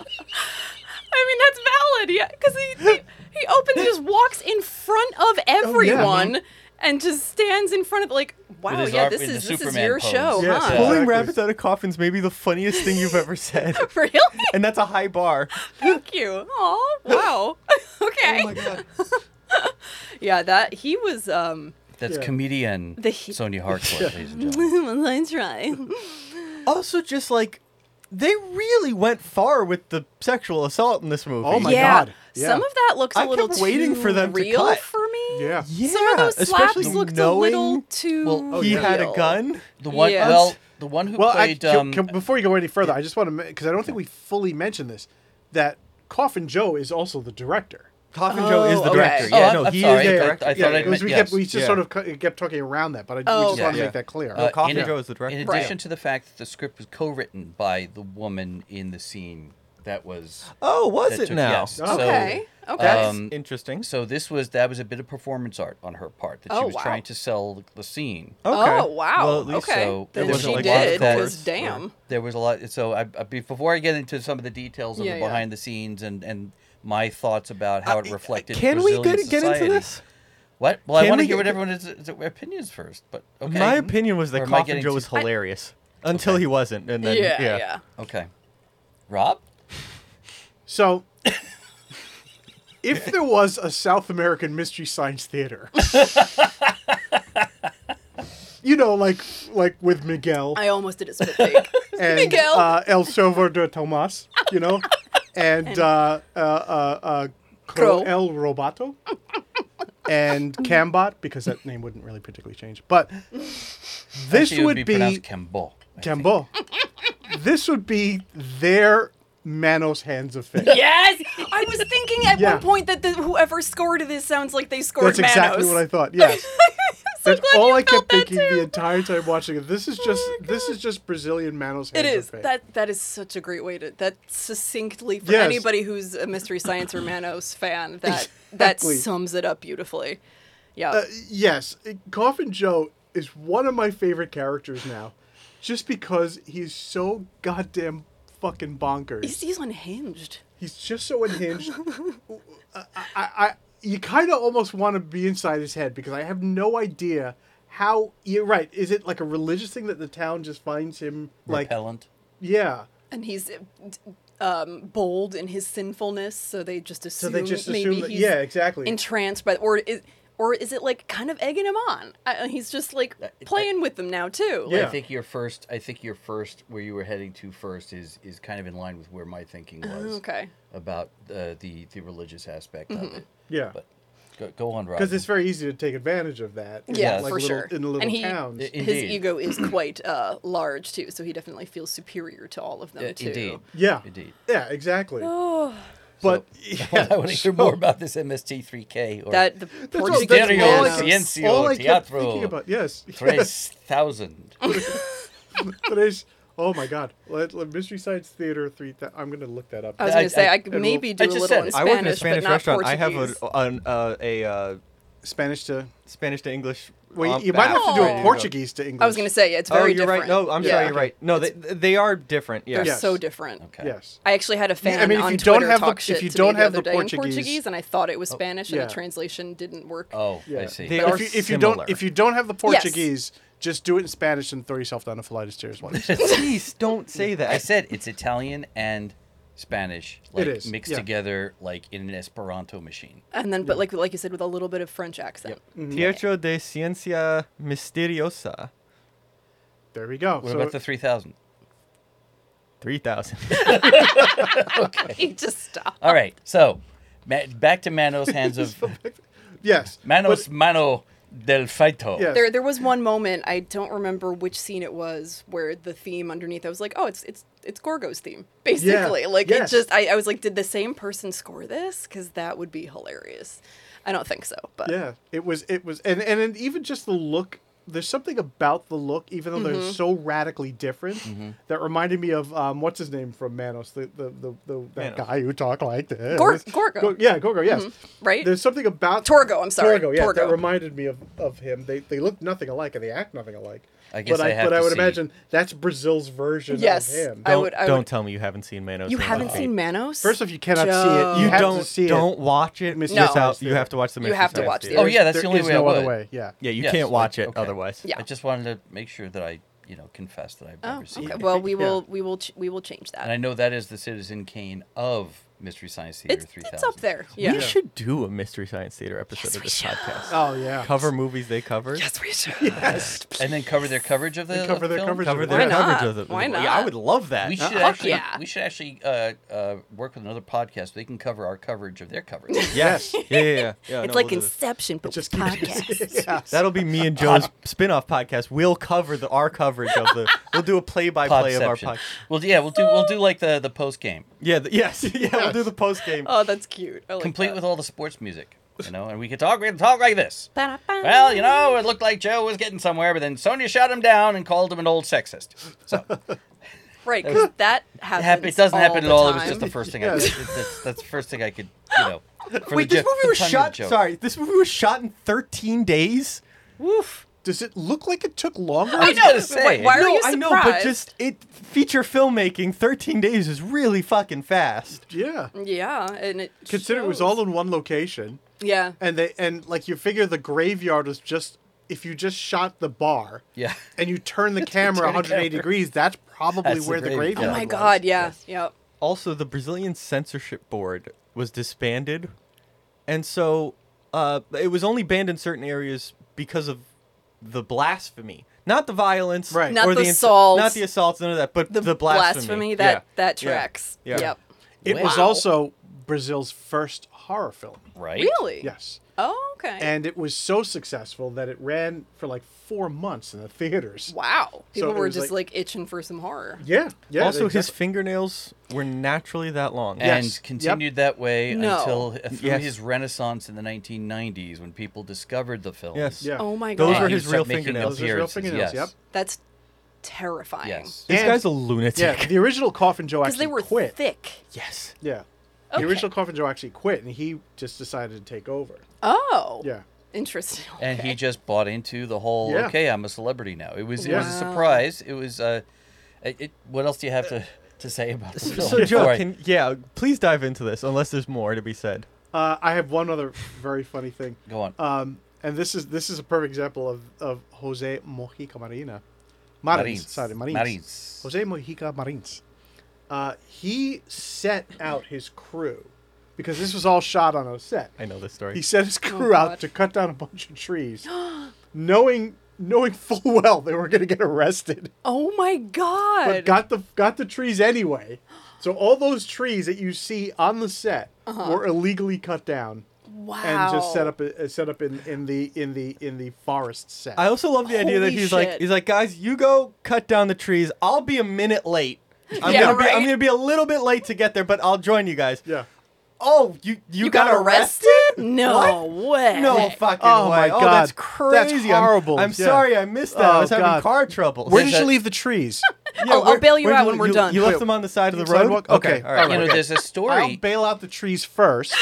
Speaker 4: I mean, that's valid, yeah, because he, he he opens, just walks in front
Speaker 7: Oh,
Speaker 4: of everyone. And just stands in front of like, wow,
Speaker 3: his
Speaker 4: yeah,
Speaker 3: arm
Speaker 4: this
Speaker 3: in the
Speaker 4: is this is
Speaker 3: Superman
Speaker 4: your
Speaker 3: pose.
Speaker 4: show,
Speaker 2: Yes.
Speaker 4: huh?
Speaker 7: Pulling
Speaker 2: Exactly.
Speaker 7: rabbits out of coffins may be the funniest thing you've ever said.
Speaker 4: Really?
Speaker 7: And that's a high bar.
Speaker 4: Thank you. Oh, wow. okay.
Speaker 7: Oh god.
Speaker 4: Yeah, that he was. um
Speaker 3: That's
Speaker 2: Yeah.
Speaker 3: comedian
Speaker 4: The he-
Speaker 3: Sonia Harcourt, ladies and gentlemen.
Speaker 4: Let's try.
Speaker 7: Also just like they really went far with the sexual assault in this movie.
Speaker 2: Oh my
Speaker 4: yeah,
Speaker 2: God.
Speaker 4: some
Speaker 2: Yeah.
Speaker 4: of that looks a
Speaker 7: I
Speaker 4: little
Speaker 7: kept waiting
Speaker 4: too
Speaker 7: for them to
Speaker 4: real
Speaker 7: cut.
Speaker 4: for me.
Speaker 2: yeah.
Speaker 7: Yeah,
Speaker 4: Some of those slaps
Speaker 7: especially
Speaker 4: looked a
Speaker 7: knowing
Speaker 4: little too.
Speaker 2: oh,
Speaker 3: Well,
Speaker 7: He had a
Speaker 4: real.
Speaker 7: gun.
Speaker 3: The one,
Speaker 4: Yes.
Speaker 3: well, the one who
Speaker 2: Well, I,
Speaker 3: played.
Speaker 2: can-
Speaker 3: um,
Speaker 2: can- before you go any further, I just want to because I don't think we fully mentioned this that Coffin Joe is also the director.
Speaker 7: Coffin Joe is the
Speaker 4: okay.
Speaker 7: director.
Speaker 4: Oh,
Speaker 7: Yeah,
Speaker 3: I'm-
Speaker 7: no,
Speaker 3: I'm
Speaker 7: he
Speaker 3: sorry.
Speaker 7: is the
Speaker 3: I-
Speaker 7: director.
Speaker 3: I thought I
Speaker 2: because
Speaker 3: meant-
Speaker 2: we
Speaker 3: yes.
Speaker 2: kept we just
Speaker 7: Yeah.
Speaker 2: sort of cu- kept talking around that, but I,
Speaker 4: Oh,
Speaker 2: we just want to
Speaker 7: okay.
Speaker 2: make that clear.
Speaker 3: uh,
Speaker 7: Coffin
Speaker 3: in-
Speaker 7: Joe is the director.
Speaker 3: In
Speaker 7: Right.
Speaker 3: addition to the fact that the script was co-written by the woman in the scene that was.
Speaker 7: Oh, was
Speaker 3: that
Speaker 7: it
Speaker 3: took-
Speaker 7: now?
Speaker 3: yes. So,
Speaker 4: Okay. Okay.
Speaker 7: That's
Speaker 3: Um,
Speaker 7: interesting.
Speaker 3: So this was that was a bit of performance art on her part that she
Speaker 4: Oh,
Speaker 3: was
Speaker 4: wow.
Speaker 3: trying to sell the, the scene.
Speaker 7: Okay.
Speaker 4: Oh wow.
Speaker 7: Well, at least uh,
Speaker 4: okay.
Speaker 3: so there
Speaker 4: then
Speaker 3: wasn't
Speaker 4: she
Speaker 3: like lots of
Speaker 4: did. Because
Speaker 7: colors.
Speaker 4: damn.
Speaker 3: There was a lot. So I, I- be- before I get into some of the details of
Speaker 4: Yeah,
Speaker 3: the
Speaker 4: yeah.
Speaker 3: behind the scenes and and my thoughts about how it reflected.
Speaker 7: Uh, Can we get
Speaker 3: Brazilian
Speaker 7: get into
Speaker 3: society-
Speaker 7: this?
Speaker 3: What? Well, I
Speaker 7: Can
Speaker 3: want to
Speaker 7: we
Speaker 3: hear what
Speaker 7: get-
Speaker 3: everyone's is, opinions first. But okay.
Speaker 7: My opinion was
Speaker 3: Or
Speaker 7: that
Speaker 3: am I
Speaker 7: Coffin
Speaker 3: getting
Speaker 7: Joe
Speaker 3: too-
Speaker 7: was hilarious until he wasn't, and then
Speaker 4: yeah,
Speaker 7: yeah,
Speaker 4: yeah.
Speaker 3: Okay. Rob?
Speaker 2: So, if there was a South American mystery science theater, you know, like like with Miguel
Speaker 4: I almost did a spit take.
Speaker 2: and
Speaker 4: Miguel.
Speaker 2: Uh, El Salvador Tomas, you know, and, uh, uh, uh, uh, Cro-
Speaker 4: Crow.
Speaker 2: El Robato and Cambot because that name wouldn't really particularly change, but this
Speaker 3: Actually, it
Speaker 2: would be
Speaker 3: pronounced Cambo.
Speaker 2: Cambo. This would be their Manos hands of fate.
Speaker 4: yes, I was thinking at
Speaker 2: Yeah.
Speaker 4: one point that the, whoever scored this sounds like they scored
Speaker 2: That's exactly
Speaker 4: Manos.
Speaker 2: what I thought. Yes.
Speaker 4: I'm so
Speaker 2: That's
Speaker 4: glad
Speaker 2: all
Speaker 4: you
Speaker 2: I kept
Speaker 4: felt that
Speaker 2: thinking
Speaker 4: too. Oh
Speaker 2: the entire time watching it. This is just this is just Brazilian Manos
Speaker 4: It
Speaker 2: hands of
Speaker 4: is.
Speaker 2: fate.
Speaker 4: That that is such a great way to that succinctly for
Speaker 2: Yes.
Speaker 4: anybody who's a mystery science or Manos fan. That
Speaker 2: Exactly.
Speaker 4: that sums it up beautifully. Yeah.
Speaker 2: Uh, yes, Coffin Joe is one of my favorite characters now, just because he's so goddamn fucking
Speaker 4: he's,
Speaker 2: bonkers.
Speaker 4: he's unhinged.
Speaker 2: He's just so unhinged. I, I, I you kind of almost want to be inside his head because I have no idea how. You're right. Is it like a religious thing that the town just finds him like?
Speaker 3: Repellent.
Speaker 2: Yeah.
Speaker 4: And he's uh, d- um, bold in his sinfulness, so they just assume
Speaker 2: they just
Speaker 4: maybe
Speaker 2: assume that-
Speaker 4: he's
Speaker 2: yeah, exactly.
Speaker 4: entranced by or is or is it like kind of egging him on? I, uh, he's just like
Speaker 7: Uh,
Speaker 4: playing with them now too.
Speaker 2: Yeah.
Speaker 4: Like,
Speaker 3: I think your first I think your first where you were heading to first is is kind of in line with where my thinking was
Speaker 4: oh, okay. Mm-hmm.
Speaker 3: about uh, the the religious aspect of it.
Speaker 2: Yeah.
Speaker 3: But go, go on, Rob.
Speaker 2: Because it's very easy to take advantage of that. in,
Speaker 4: Yeah,
Speaker 3: Yes.
Speaker 2: like,
Speaker 4: for
Speaker 2: little,
Speaker 4: sure.
Speaker 2: In the little
Speaker 4: and he,
Speaker 2: towns.
Speaker 3: I-
Speaker 4: his
Speaker 3: Indeed.
Speaker 4: ego is quite uh, large too, so he definitely feels superior to all of them
Speaker 3: Yeah,
Speaker 4: too.
Speaker 3: indeed.
Speaker 2: yeah.
Speaker 3: Indeed.
Speaker 2: Yeah, exactly.
Speaker 4: Oh,
Speaker 2: but
Speaker 3: I want to hear more about this MST3K or
Speaker 4: That the
Speaker 2: That's
Speaker 4: Portuguese
Speaker 2: that's
Speaker 3: Stereo,
Speaker 2: all I
Speaker 4: man-
Speaker 2: kept-
Speaker 3: Ciencio,
Speaker 2: all I kept
Speaker 3: Teatro.
Speaker 2: thinking about. Yes,
Speaker 3: Tres thousand.
Speaker 2: Tres- Oh my God! Let, let Mystery Science Theater three. thou- I'm gonna look that up.
Speaker 4: I was
Speaker 3: I-
Speaker 4: going to say
Speaker 3: I-
Speaker 4: I,
Speaker 3: I
Speaker 4: could
Speaker 2: will-
Speaker 4: maybe
Speaker 3: I
Speaker 4: do a
Speaker 3: just
Speaker 4: little
Speaker 3: said,
Speaker 4: in
Speaker 3: I
Speaker 4: Spanish,
Speaker 7: I work in a Spanish
Speaker 4: but not
Speaker 7: restaurant. I
Speaker 4: Portuguese.
Speaker 7: have a an, uh, a uh,
Speaker 2: Spanish to.
Speaker 7: Spanish to English.
Speaker 2: Well, you-
Speaker 7: um,
Speaker 2: you might have to do
Speaker 4: Oh.
Speaker 2: a
Speaker 7: background.
Speaker 2: Portuguese to English.
Speaker 4: I was going to say yeah, it's
Speaker 7: Oh,
Speaker 4: very
Speaker 7: you're
Speaker 4: different.
Speaker 7: right. No, I'm
Speaker 4: Yeah.
Speaker 7: sorry. You're right. No, they they are different. Yeah.
Speaker 4: They're
Speaker 2: Yes.
Speaker 4: so different.
Speaker 3: Okay.
Speaker 2: Yes.
Speaker 4: I actually had a fan
Speaker 2: I mean, if
Speaker 4: on
Speaker 2: you
Speaker 4: Twitter
Speaker 2: don't have the-
Speaker 4: talk
Speaker 2: if
Speaker 4: shit
Speaker 2: you
Speaker 4: to
Speaker 2: don't
Speaker 4: me
Speaker 2: have
Speaker 4: the other
Speaker 2: the
Speaker 4: day in
Speaker 2: Portuguese-
Speaker 4: Portuguese, and I thought it was Spanish,
Speaker 2: yeah.
Speaker 4: and the translation didn't work.
Speaker 3: Oh,
Speaker 2: Yeah.
Speaker 3: I see.
Speaker 7: They
Speaker 2: But
Speaker 7: are
Speaker 2: if you, if you
Speaker 7: similar.
Speaker 2: don't if you don't have the Portuguese, Just do it in Spanish and throw yourself down a flight of stairs once.
Speaker 7: Please don't say that.
Speaker 3: I said it's Italian and Spanish, like
Speaker 2: It is,
Speaker 3: mixed
Speaker 2: yeah.
Speaker 3: together, like in an Esperanto machine.
Speaker 4: And then, but like like you said, with a little bit of French accent.
Speaker 2: Mm.
Speaker 7: Teatro de Ciencia Misteriosa.
Speaker 2: there we go.
Speaker 3: What
Speaker 2: so Ah.
Speaker 3: about the three thousand?
Speaker 7: 3000.
Speaker 4: You just stop.
Speaker 3: All right, so ma- back to Manos hands of
Speaker 2: yes,
Speaker 3: Manos mano del feito.
Speaker 2: Yeah.
Speaker 4: There, there was one moment I don't remember which scene it was where the theme underneath I was like, oh, it's it's it's Gorgo's theme basically. Like
Speaker 2: yes.
Speaker 4: it just I, I was like, did the same person score this? Because that would be hilarious. I don't think so, but
Speaker 2: yeah, it was it was, and and, and even just the look. There's something about the look, even though
Speaker 4: Mm-hmm.
Speaker 2: they're so radically different,
Speaker 3: Mm-hmm.
Speaker 2: that reminded me of um, what's his name from Manos, the the, the, the that
Speaker 7: Manos.
Speaker 2: guy who talked like this.
Speaker 4: Gor- Gorgo. Mm-hmm.
Speaker 2: Go- yeah, Gorgo. Yes.
Speaker 4: right?
Speaker 2: There's something about
Speaker 4: Torgo, I'm sorry.
Speaker 2: Torgo, yeah, that
Speaker 4: Torgo.
Speaker 2: reminded me of, of him. They they look nothing alike and they act nothing alike.
Speaker 3: I guess
Speaker 2: but
Speaker 3: I
Speaker 2: I,
Speaker 3: have
Speaker 2: but I
Speaker 3: to
Speaker 2: would
Speaker 3: see- Oh,
Speaker 2: imagine that's Brazil's version
Speaker 4: Yes,
Speaker 2: of him.
Speaker 4: I
Speaker 7: Don't,
Speaker 4: would- I
Speaker 7: don't
Speaker 4: would-
Speaker 7: tell me you haven't seen Manos.
Speaker 4: you
Speaker 7: and
Speaker 4: haven't
Speaker 7: Lucky.
Speaker 4: seen Manos?
Speaker 2: First off, you cannot see it.
Speaker 7: You
Speaker 2: have to
Speaker 7: don't
Speaker 2: see it.
Speaker 7: don't watch it.
Speaker 2: Miss-
Speaker 4: No.
Speaker 7: without- you have to watch the.
Speaker 4: You
Speaker 7: Mr.
Speaker 4: have to
Speaker 7: Science
Speaker 4: watch the
Speaker 7: Theater.
Speaker 3: Oh, yeah, that's
Speaker 2: There
Speaker 3: the only
Speaker 2: is
Speaker 3: way I
Speaker 2: no other
Speaker 3: would.
Speaker 2: way. Yeah.
Speaker 7: Yeah, you
Speaker 3: Yes,
Speaker 7: can't watch it
Speaker 3: okay.
Speaker 7: otherwise.
Speaker 4: Yeah.
Speaker 3: I just wanted to make sure that I, you know, confessed that I've
Speaker 4: Oh,
Speaker 3: never seen
Speaker 4: okay.
Speaker 3: it.
Speaker 4: Well, we will we will ch- we will change that.
Speaker 3: And I know that is the Citizen Kane of Mystery Science Theater
Speaker 4: it's,
Speaker 3: 3000.
Speaker 4: it's up there. Yeah.
Speaker 7: We should do a Mystery Science Theater episode of this podcast.
Speaker 2: Oh yeah.
Speaker 7: Cover movies they covered.
Speaker 4: Yes, we should.
Speaker 3: And then cover their coverage of the
Speaker 2: They
Speaker 3: of
Speaker 2: cover
Speaker 3: the
Speaker 2: their
Speaker 3: film?
Speaker 2: coverage.
Speaker 7: Cover
Speaker 2: of
Speaker 7: their
Speaker 2: it.
Speaker 4: Why not?
Speaker 7: coverage of the.
Speaker 4: Why
Speaker 7: Yeah, I
Speaker 4: not?
Speaker 7: would love that.
Speaker 2: Uh-uh.
Speaker 3: We should
Speaker 4: Fuck
Speaker 3: actually
Speaker 4: yeah.
Speaker 3: we should actually uh, uh, work with another podcast. They can cover our coverage of their coverage.
Speaker 7: yes. yeah, yeah, yeah. Yeah,
Speaker 4: it's
Speaker 7: no,
Speaker 4: like
Speaker 7: we'll do this.
Speaker 4: Inception, but
Speaker 2: Just
Speaker 4: with
Speaker 2: keep-
Speaker 4: podcasts.
Speaker 7: That'll be me and Joe's spin-off podcast. We'll cover the our coverage of the. We'll do a play-by-play of our
Speaker 3: Podception.
Speaker 7: podcast.
Speaker 3: Well, yeah, we'll do we'll do like the the post game,
Speaker 7: Yeah. The, yes. Yeah. We'll do the post game.
Speaker 4: oh, that's cute. I like
Speaker 3: complete
Speaker 4: that.
Speaker 3: with all the sports music, you know, and we could talk we could talk like this.
Speaker 4: Ba-da-ba.
Speaker 3: Well, you know, it looked like Joe was getting somewhere, but then Sonia shot him down and called him an old sexist. So
Speaker 4: right? Because that
Speaker 3: it,
Speaker 4: happens.
Speaker 3: hap- it doesn't
Speaker 4: all
Speaker 3: happen at
Speaker 4: the
Speaker 3: all. It was
Speaker 4: time.
Speaker 3: just the first thing. I,
Speaker 2: Yes.
Speaker 3: it's- it's- that's the first thing I could, you know. for
Speaker 7: Wait,
Speaker 3: the
Speaker 7: this
Speaker 3: jo-
Speaker 7: movie was
Speaker 3: for the
Speaker 7: shot.
Speaker 3: joke.
Speaker 7: Sorry, this movie was shot in 13 days.
Speaker 2: Does it look like it took longer?
Speaker 3: I was gonna say.
Speaker 4: Wait, why are
Speaker 7: no,
Speaker 4: you
Speaker 7: I
Speaker 4: surprised?
Speaker 7: know, but just it feature filmmaking. 13 days is really fucking fast.
Speaker 2: Yeah.
Speaker 4: yeah, and it
Speaker 2: Consider it was
Speaker 4: shows.
Speaker 2: all in one location,
Speaker 4: yeah.
Speaker 2: and they and like you figure the graveyard is just if you just shot the bar.
Speaker 3: Yeah.
Speaker 2: And you turn the camera
Speaker 3: camera.
Speaker 2: 180 degrees. That's probably
Speaker 3: That's the
Speaker 2: where the
Speaker 3: grave-
Speaker 2: graveyard.
Speaker 4: oh my
Speaker 2: was.
Speaker 4: god, yeah, yeah.
Speaker 7: Also, the Brazilian censorship board was disbanded, and so uh, it was only banned in certain areas because of the blasphemy, not the violence,
Speaker 2: Right.
Speaker 4: Not the
Speaker 7: ins-
Speaker 4: assaults.
Speaker 7: not the assaults, none of that, but the, blasphemy.
Speaker 4: Blasphemy that
Speaker 7: Yeah.
Speaker 4: that
Speaker 7: Yeah.
Speaker 4: tracks.
Speaker 7: Yeah.
Speaker 4: Yep.
Speaker 2: It was
Speaker 3: Wow.
Speaker 2: also Brazil's first horror film.
Speaker 3: Right?
Speaker 4: Really?
Speaker 2: Yes.
Speaker 4: Oh, okay.
Speaker 2: And it was so successful that it ran for like four months in the theaters.
Speaker 4: wow, people
Speaker 2: it
Speaker 4: were
Speaker 2: was
Speaker 4: just
Speaker 2: like-
Speaker 4: like, itching for some horror.
Speaker 2: Yeah. Yeah.
Speaker 7: also, his
Speaker 2: exactly.
Speaker 7: fingernails were naturally that long.
Speaker 3: and
Speaker 2: Yes.
Speaker 3: continued that way
Speaker 4: No.
Speaker 3: until uh, through
Speaker 7: Yes.
Speaker 3: his renaissance in the 1990s when people discovered the film.
Speaker 7: Yes.
Speaker 2: Yeah.
Speaker 4: Oh my
Speaker 7: Those
Speaker 4: god,
Speaker 7: were
Speaker 3: he
Speaker 7: his
Speaker 3: would start
Speaker 7: real
Speaker 3: making
Speaker 7: fingernails.
Speaker 2: Those are his real
Speaker 3: appearances,
Speaker 2: fingernails.
Speaker 3: yes.
Speaker 2: Yep.
Speaker 4: that's terrifying.
Speaker 3: Yes.
Speaker 7: This
Speaker 2: And-
Speaker 7: guy's a lunatic.
Speaker 2: Yeah. The original Coffin Joe
Speaker 4: because
Speaker 2: actually
Speaker 4: they were
Speaker 2: quit.
Speaker 4: thick.
Speaker 7: Yes.
Speaker 2: Yeah.
Speaker 4: Okay.
Speaker 2: The original Coffin Joe actually quit, and he just decided to take over.
Speaker 4: Oh,
Speaker 2: Yeah.
Speaker 4: interesting.
Speaker 3: And he just bought into the whole
Speaker 2: Yeah.
Speaker 3: okay, I'm a celebrity now. It was it was a
Speaker 4: Wow.
Speaker 3: surprise. It was uh it, it- what else do you have to, to say about the film?
Speaker 7: So, Joe,
Speaker 3: before I-
Speaker 7: can, yeah, please dive into this unless there's more to be said.
Speaker 2: Uh, I have one other very funny thing.
Speaker 3: go on.
Speaker 2: Um, and this is this is a perfect example of, of Jose Mojica Marina. Marins,
Speaker 3: Marins.
Speaker 2: sorry, Marins.
Speaker 3: Marins.
Speaker 2: Jose Mojica Marins. Uh, he set out his crew because this was all shot on a set.
Speaker 7: I know this
Speaker 2: He
Speaker 7: story.
Speaker 2: set his crew out
Speaker 4: God.
Speaker 2: to cut down a bunch of trees, knowing knowing full well they were going to get arrested,
Speaker 4: Oh my god.
Speaker 2: but got the got the trees anyway. So all those trees that you see on the set were illegally cut down
Speaker 4: Uh-huh. wow.
Speaker 2: and just set up uh, set up in, in the in the in the forest set.
Speaker 7: I also love the idea that
Speaker 4: Holy
Speaker 7: he's like,
Speaker 4: shit.
Speaker 7: he's like, guys, you go cut down the trees. I'll be a minute late. I'm
Speaker 4: Yeah,
Speaker 7: gonna be, I'm
Speaker 4: right?
Speaker 7: gonna be a little bit late to get there, but I'll join you guys.
Speaker 2: yeah.
Speaker 7: Oh, you you,
Speaker 4: You got arrested? No way.
Speaker 7: No fucking
Speaker 2: Oh
Speaker 7: way.
Speaker 2: my
Speaker 7: Oh, that's
Speaker 2: God. That's
Speaker 7: crazy. I'm-
Speaker 2: horrible.
Speaker 7: I'm,
Speaker 2: Yeah.
Speaker 7: sorry I missed that. I
Speaker 2: Oh,
Speaker 7: was having
Speaker 2: God.
Speaker 7: car trouble.
Speaker 2: Where
Speaker 3: There's
Speaker 2: did you
Speaker 3: a-
Speaker 2: leave the trees?
Speaker 4: I'll- I'll bail you out when we're done.
Speaker 7: You left them on the side of the road.
Speaker 2: Sidewalk? Okay,
Speaker 7: all right.
Speaker 3: you know,
Speaker 2: okay.
Speaker 3: there's a
Speaker 2: I'll
Speaker 3: story
Speaker 2: bail out the trees first.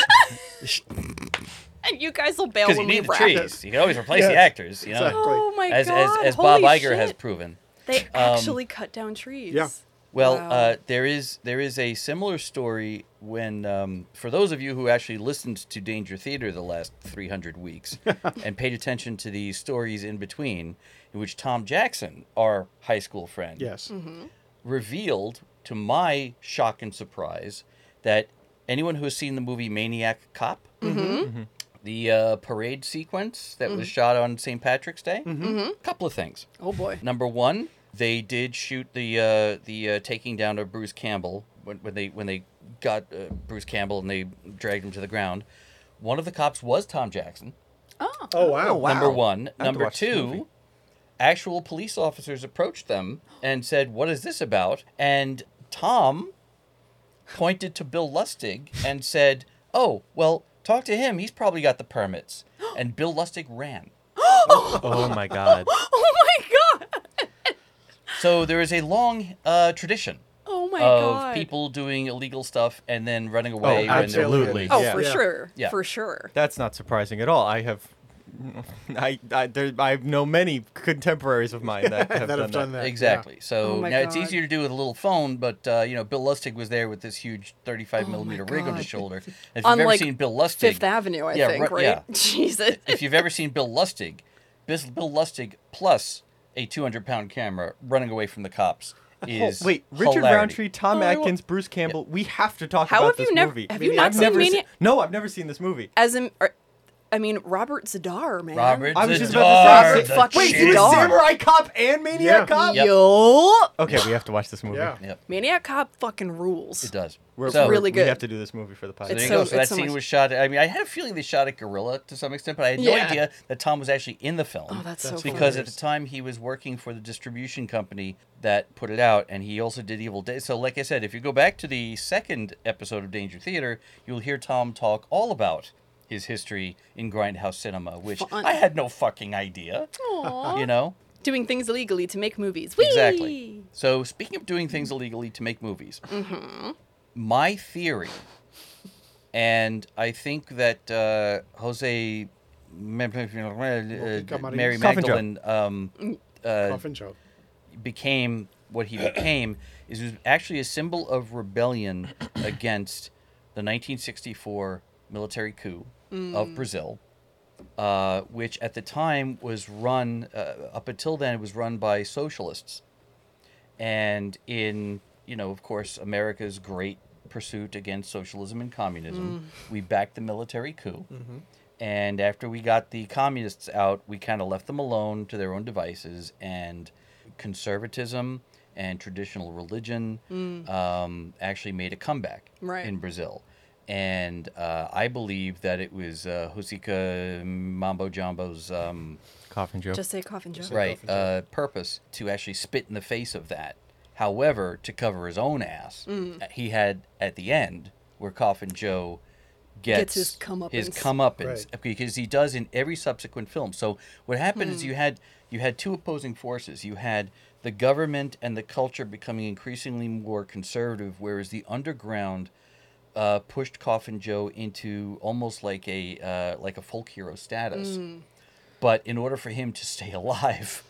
Speaker 4: And you guys will bail
Speaker 3: because
Speaker 4: when
Speaker 3: you
Speaker 4: we
Speaker 3: need the
Speaker 4: wrap.
Speaker 3: trees. You can always replace the
Speaker 2: Yes.
Speaker 3: actors, you know.
Speaker 2: Exactly.
Speaker 4: Oh my
Speaker 3: As
Speaker 4: god.
Speaker 3: as as
Speaker 4: holy
Speaker 3: Bob Iger has
Speaker 4: shit.
Speaker 3: proven.
Speaker 4: They actually cut down trees.
Speaker 2: Yeah.
Speaker 3: Um, Well,
Speaker 4: Wow.
Speaker 3: uh, there is there is a similar story when um, for those of you who actually listened to Danger Theater the last 300 weeks and paid attention to the stories in between, in which Tom Jackson, our high school friend,
Speaker 2: Yes.
Speaker 4: Mm-hmm.
Speaker 3: revealed to my shock and surprise that anyone who has seen the movie Maniac Cop, the uh, parade sequence that was shot on St. Patrick's Day, a couple of things.
Speaker 4: Oh boy.
Speaker 3: Number one, they did shoot the uh, the uh, taking down of Bruce Campbell when, when they when they got uh, Bruce Campbell and they dragged him to the ground. One of the cops was Tom Jackson.
Speaker 4: Oh.
Speaker 2: Oh wow.
Speaker 7: Oh, wow.
Speaker 3: Number one.
Speaker 7: I have to
Speaker 3: Number
Speaker 7: watch this movie.
Speaker 3: two, actual police officers approached them and said, "What is this about?" And Tom pointed to Bill Lustig and said, "Oh, well, talk to him. He's probably got the permits." And Bill Lustig ran.
Speaker 7: Oh my god.
Speaker 4: Oh my god.
Speaker 3: So there is a long uh, tradition
Speaker 4: Oh my
Speaker 3: of
Speaker 4: god.
Speaker 3: people doing illegal stuff and then
Speaker 7: Oh,
Speaker 3: running away. when they're
Speaker 2: absolutely.
Speaker 3: released.
Speaker 4: Oh,
Speaker 7: Yeah.
Speaker 4: for
Speaker 2: Yeah.
Speaker 4: sure.
Speaker 3: Yeah.
Speaker 4: For sure.
Speaker 7: That's not surprising at all. I have, I I, there, I know many contemporaries of mine that have
Speaker 2: that
Speaker 7: done,
Speaker 2: have done
Speaker 7: that.
Speaker 2: that. yeah.
Speaker 3: Exactly. So
Speaker 4: Oh my
Speaker 3: now it's
Speaker 4: God.
Speaker 3: easier to do with a little phone, but uh, you know Bill Lustig was there with this huge 35 millimeter rig on his
Speaker 4: Oh God.
Speaker 3: shoulder. And if you've
Speaker 4: On,
Speaker 3: ever
Speaker 4: like,
Speaker 3: seen Bill Lustig,
Speaker 4: Fifth Avenue, I
Speaker 3: Yeah,
Speaker 4: think,
Speaker 3: right-
Speaker 4: right?
Speaker 3: yeah.
Speaker 4: Jesus.
Speaker 3: if you've ever seen Bill Lustig, Bis- Bill Lustig plus a 200 pound camera running away from the cops
Speaker 7: Oh,
Speaker 3: is
Speaker 7: wait, Richard
Speaker 3: hilarity.
Speaker 7: Roundtree, Tom
Speaker 3: Oh, I wa-
Speaker 7: Atkins, Bruce Campbell. We have to talk
Speaker 4: How
Speaker 7: about
Speaker 4: have
Speaker 7: this
Speaker 4: you never-
Speaker 7: movie.
Speaker 4: have you not
Speaker 7: I've
Speaker 4: seen
Speaker 7: never
Speaker 4: Maniac-
Speaker 7: No, I've never seen this movie.
Speaker 4: As in, or, I mean, Robert Zadar, man.
Speaker 3: Robert
Speaker 7: I was just
Speaker 3: Zadar,
Speaker 7: about to
Speaker 4: Robert
Speaker 3: the
Speaker 7: say.
Speaker 4: fucking
Speaker 7: Wait,
Speaker 3: shit.
Speaker 7: you were
Speaker 4: Zadar.
Speaker 7: Samurai Cop and Maniac
Speaker 2: Yeah.
Speaker 7: Cop.
Speaker 3: Yep.
Speaker 4: Yo.
Speaker 7: Okay, we have to watch this movie.
Speaker 2: Yeah.
Speaker 3: Yep,
Speaker 4: Maniac Cop fucking rules.
Speaker 3: it does.
Speaker 7: We're,
Speaker 3: so,
Speaker 4: really
Speaker 7: We
Speaker 4: good.
Speaker 7: have to do this movie for the podcast.
Speaker 3: So there
Speaker 4: It's
Speaker 3: you
Speaker 4: so-
Speaker 3: go. So that
Speaker 4: it's so
Speaker 3: scene
Speaker 4: much-
Speaker 3: was shot. I mean, I had a feeling they shot at Gorilla to some extent, but I had no
Speaker 4: Yeah.
Speaker 3: idea that Tom was actually in the film.
Speaker 4: Oh, that's so That's
Speaker 3: because at
Speaker 2: hilarious.
Speaker 3: the time he was working for the distribution company that put it out, and he also did Evil Dead. So, like I said, if you go back to the second episode of Danger Theater, you'll hear Tom talk all about his history in grindhouse cinema, which
Speaker 4: Fun.
Speaker 3: I had no fucking idea.
Speaker 4: Aw.
Speaker 3: You know.
Speaker 4: Doing things illegally to make movies. Whee!
Speaker 3: Exactly. So, speaking of doing things illegally to make movies, my theory, and I think that uh, Jose Ma- Ma- Ma- Ma- uh,
Speaker 2: Camarines.
Speaker 3: Mary
Speaker 7: Coffin Joe.
Speaker 3: Magdalene um, uh,
Speaker 2: Coffin Joe.
Speaker 3: became what he became is he was actually a symbol of rebellion against the 1964 military coup of Brazil, uh, which at the time was run uh, up until then it was run by socialists, and in you know of course America's great pursuit against socialism and communism, we backed the military coup. And after we got the communists out, we kind of left them alone to their own devices and conservatism and traditional religion um, actually made a comeback
Speaker 4: Right.
Speaker 3: in Brazil. And uh, I believe that it was uh, Husika Mambo Jumbo's um,
Speaker 7: Coffin joke.
Speaker 4: Just say coffin joke.
Speaker 3: right uh, purpose to actually spit in the face of that. However, to cover his own ass,
Speaker 4: Mm.
Speaker 3: uh, he had at the end where Coffin Joe gets,
Speaker 4: Gets his comeuppance.
Speaker 3: his comeuppance
Speaker 2: Right.
Speaker 3: because he does in every subsequent film. So what happened
Speaker 4: Hmm.
Speaker 3: is you had you had two opposing forces. You had the government and the culture becoming increasingly more conservative, whereas the underground uh, pushed Coffin Joe into almost like a uh, like a folk hero status.
Speaker 4: Hmm.
Speaker 3: But in order for him to stay alive,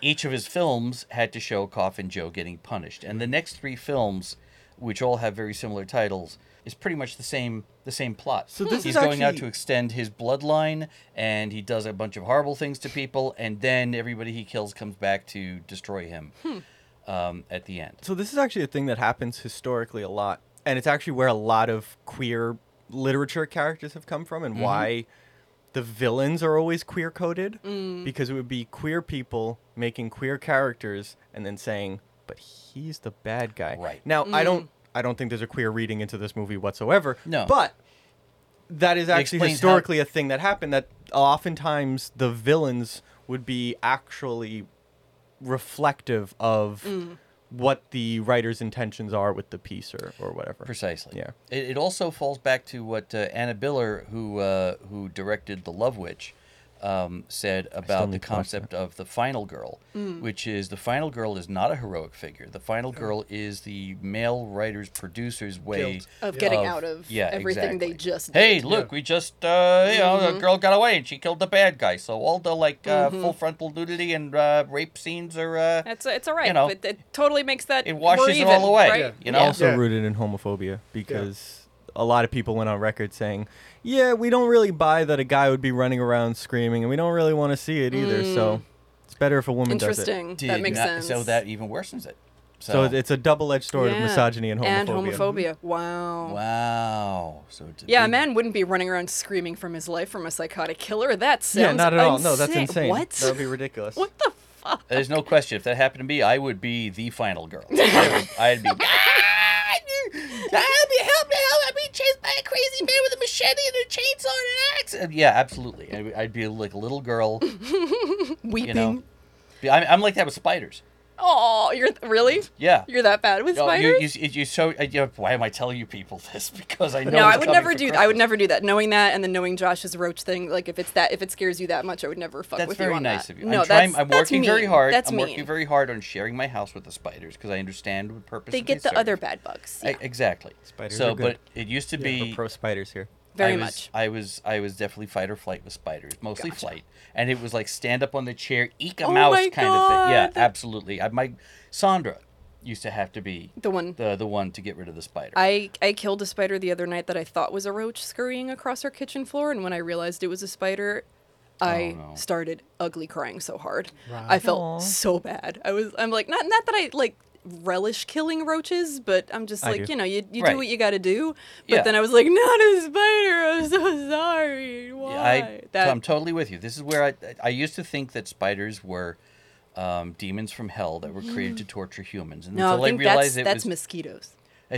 Speaker 3: each of his films had to show Coffin Joe getting punished. And the next three films, which all have very similar titles, is pretty much the same the same plot.
Speaker 7: So this
Speaker 3: he's
Speaker 7: is
Speaker 3: going out
Speaker 7: actually-
Speaker 3: to extend his bloodline, and he does a bunch of horrible things to people, and then everybody he kills comes back to destroy him
Speaker 7: Hmm.
Speaker 3: um, at the end.
Speaker 7: So this is actually a thing that happens historically a lot, and it's actually where a lot of queer literature characters have come from,
Speaker 3: Mm-hmm.
Speaker 7: and why the villains are always queer coded,
Speaker 3: Mm.
Speaker 7: because it would be queer people making queer characters and then saying, "But he's the bad guy."
Speaker 3: Right. Mm.
Speaker 7: now, I don't, I don't think there's a queer reading into this movie whatsoever.
Speaker 3: No.
Speaker 7: but that is actually
Speaker 3: explains how-
Speaker 7: historically a thing that happened. That oftentimes the villains would be actually reflective of
Speaker 4: Mm.
Speaker 7: what the writer's intentions are with the piece or, or whatever.
Speaker 3: Precisely.
Speaker 7: Yeah.
Speaker 3: It, it also falls back to what uh, Anna Biller, who uh, who directed The Love Witch, um, said about the
Speaker 7: need to watch
Speaker 3: concept of the final girl,
Speaker 4: Mm.
Speaker 3: which is the final girl is not a heroic figure. The final girl is the male writer's producer's way
Speaker 2: Guilt.
Speaker 4: Of getting out of everything they
Speaker 3: exactly.
Speaker 4: just
Speaker 3: Hey,
Speaker 4: did. Mm-hmm.
Speaker 3: look, we just uh, you know, the girl got away and she killed the bad guy. So all the like uh, full frontal nudity and uh, rape scenes are uh,
Speaker 4: That's it's all right,
Speaker 3: know,
Speaker 4: but it totally makes that
Speaker 3: it
Speaker 4: we're
Speaker 3: washes it
Speaker 4: even,
Speaker 3: all away.
Speaker 4: right?
Speaker 2: Yeah.
Speaker 3: You know,
Speaker 7: also
Speaker 2: Yeah.
Speaker 7: rooted in homophobia because a lot of people went on record saying, "Yeah, we don't really buy that a guy would be running around screaming, and we don't really want to see it either." So it's better if a woman does it.
Speaker 4: Mm. Interesting. That
Speaker 3: did
Speaker 4: makes
Speaker 3: not-
Speaker 4: sense.
Speaker 3: So that even worsens it.
Speaker 7: So it's a double-edged sword
Speaker 4: Yeah.
Speaker 7: of misogyny and homophobia.
Speaker 4: And homophobia. Wow.
Speaker 3: Mm-hmm. wow. So it's a
Speaker 4: Yeah, a
Speaker 3: big-
Speaker 4: man wouldn't be running around screaming from his life from a psychotic killer. That sounds
Speaker 7: Yeah, not at all. No, that's
Speaker 4: insane.
Speaker 7: insane.
Speaker 4: What?
Speaker 7: That would be ridiculous.
Speaker 4: what the fuck?
Speaker 3: There's no question. If that happened to me, I would be the final girl. I would, I'd be. Help me! Help me! Help me! I'm being chased by a crazy man with a machete and a chainsaw and an axe. And yeah, absolutely. I'd, I'd be like a little girl,
Speaker 4: Weeping.
Speaker 3: you know. Be- I'm, I'm like that with spiders.
Speaker 4: Oh, you're really?
Speaker 3: Yeah.
Speaker 4: You're that bad with
Speaker 3: Oh,
Speaker 4: spiders?
Speaker 3: you, you, you, you so uh, you know, why am I telling you people this? Because I know.
Speaker 4: no,
Speaker 3: it's
Speaker 4: I would
Speaker 3: coming
Speaker 4: never
Speaker 3: for
Speaker 4: do. I would
Speaker 3: Christmas.
Speaker 4: never do that. Knowing that, and then knowing Josh's roach thing, like if it's that, if it scares you that much, I would never fuck
Speaker 3: That's
Speaker 4: with
Speaker 3: very
Speaker 4: you on
Speaker 3: nice
Speaker 4: that.
Speaker 3: of you.
Speaker 4: No,
Speaker 3: I'm trying.
Speaker 4: that's
Speaker 3: I'm working
Speaker 4: that's mean.
Speaker 3: very hard.
Speaker 4: That's
Speaker 3: I'm
Speaker 4: mean.
Speaker 3: working very hard on sharing my house with the spiders because I understand the purpose.
Speaker 4: They
Speaker 3: that
Speaker 4: get the
Speaker 3: serve.
Speaker 4: other bad bugs.
Speaker 3: I-
Speaker 4: Yeah,
Speaker 3: E, exactly.
Speaker 7: Spiders
Speaker 3: so,
Speaker 7: are good.
Speaker 3: but it used to
Speaker 7: We're
Speaker 3: be
Speaker 7: pro spiders here.
Speaker 4: very
Speaker 3: I was,
Speaker 4: much.
Speaker 3: I was I was definitely fight or flight with spiders, mostly flight, and it was like stand up on the chair, eke a
Speaker 4: Oh
Speaker 3: mouse
Speaker 4: my
Speaker 3: kind of thing. Yeah,
Speaker 4: God.
Speaker 3: absolutely. I, my Sandra used to have to be
Speaker 4: The one.
Speaker 3: the the one to get rid of the spider.
Speaker 4: I, I killed a spider the other night that I thought was a roach scurrying across our kitchen floor, and when I realized it was a spider, I
Speaker 3: Oh, no.
Speaker 4: started ugly crying so hard. I felt so bad. I was I'm like not not that I like relish killing roaches, but I'm just
Speaker 7: I
Speaker 4: like
Speaker 7: do.
Speaker 4: you know you you
Speaker 3: Right.
Speaker 4: do what you got to do. But
Speaker 3: Yeah.
Speaker 4: then I was like not a spider. I'm so sorry. Why?
Speaker 3: Yeah, I,
Speaker 4: that
Speaker 3: I'm totally with you. This is where I, I used to think that spiders were um, demons from hell that were created to torture humans, and
Speaker 4: Mm-hmm. no, I
Speaker 3: until I,
Speaker 4: think that's
Speaker 3: realized it
Speaker 4: that's
Speaker 3: was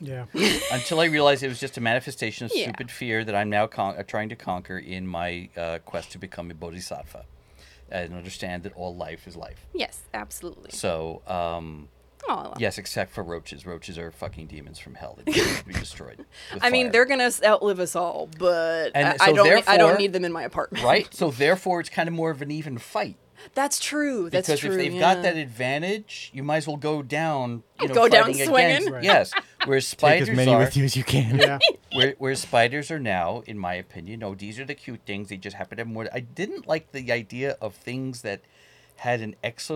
Speaker 4: mosquitoes.
Speaker 2: Yeah.
Speaker 3: until I realized it was just a manifestation of
Speaker 4: Yeah.
Speaker 3: stupid fear that I'm now con- uh, trying to conquer in my uh, quest to become a bodhisattva and understand that all life is life.
Speaker 4: Yes, absolutely.
Speaker 3: So, um,
Speaker 4: Oh, I love
Speaker 3: yes, except for roaches. Roaches are fucking demons from hell that need to be destroyed. with
Speaker 4: I mean,
Speaker 3: fire.
Speaker 4: they're gonna s- outlive us all, but
Speaker 3: And
Speaker 4: I,
Speaker 3: so
Speaker 4: I don't. ne- I
Speaker 3: therefore-
Speaker 4: don't need them in my apartment.
Speaker 3: right. So therefore, it's kind of more of an even fight.
Speaker 4: That's true. That's
Speaker 3: because
Speaker 4: true.
Speaker 3: if they've
Speaker 4: yeah.
Speaker 3: got that advantage, you might as well go down. You know,
Speaker 4: Go down
Speaker 3: fighting
Speaker 4: swinging.
Speaker 3: against-
Speaker 2: Right.
Speaker 3: Yes, where
Speaker 7: Take
Speaker 3: spiders
Speaker 7: as many
Speaker 3: are,
Speaker 7: with you as you can.
Speaker 2: Yeah.
Speaker 3: Where, where spiders are now, in my opinion, oh, these are the cute things. They just happen to have more. I didn't like the idea of things that had an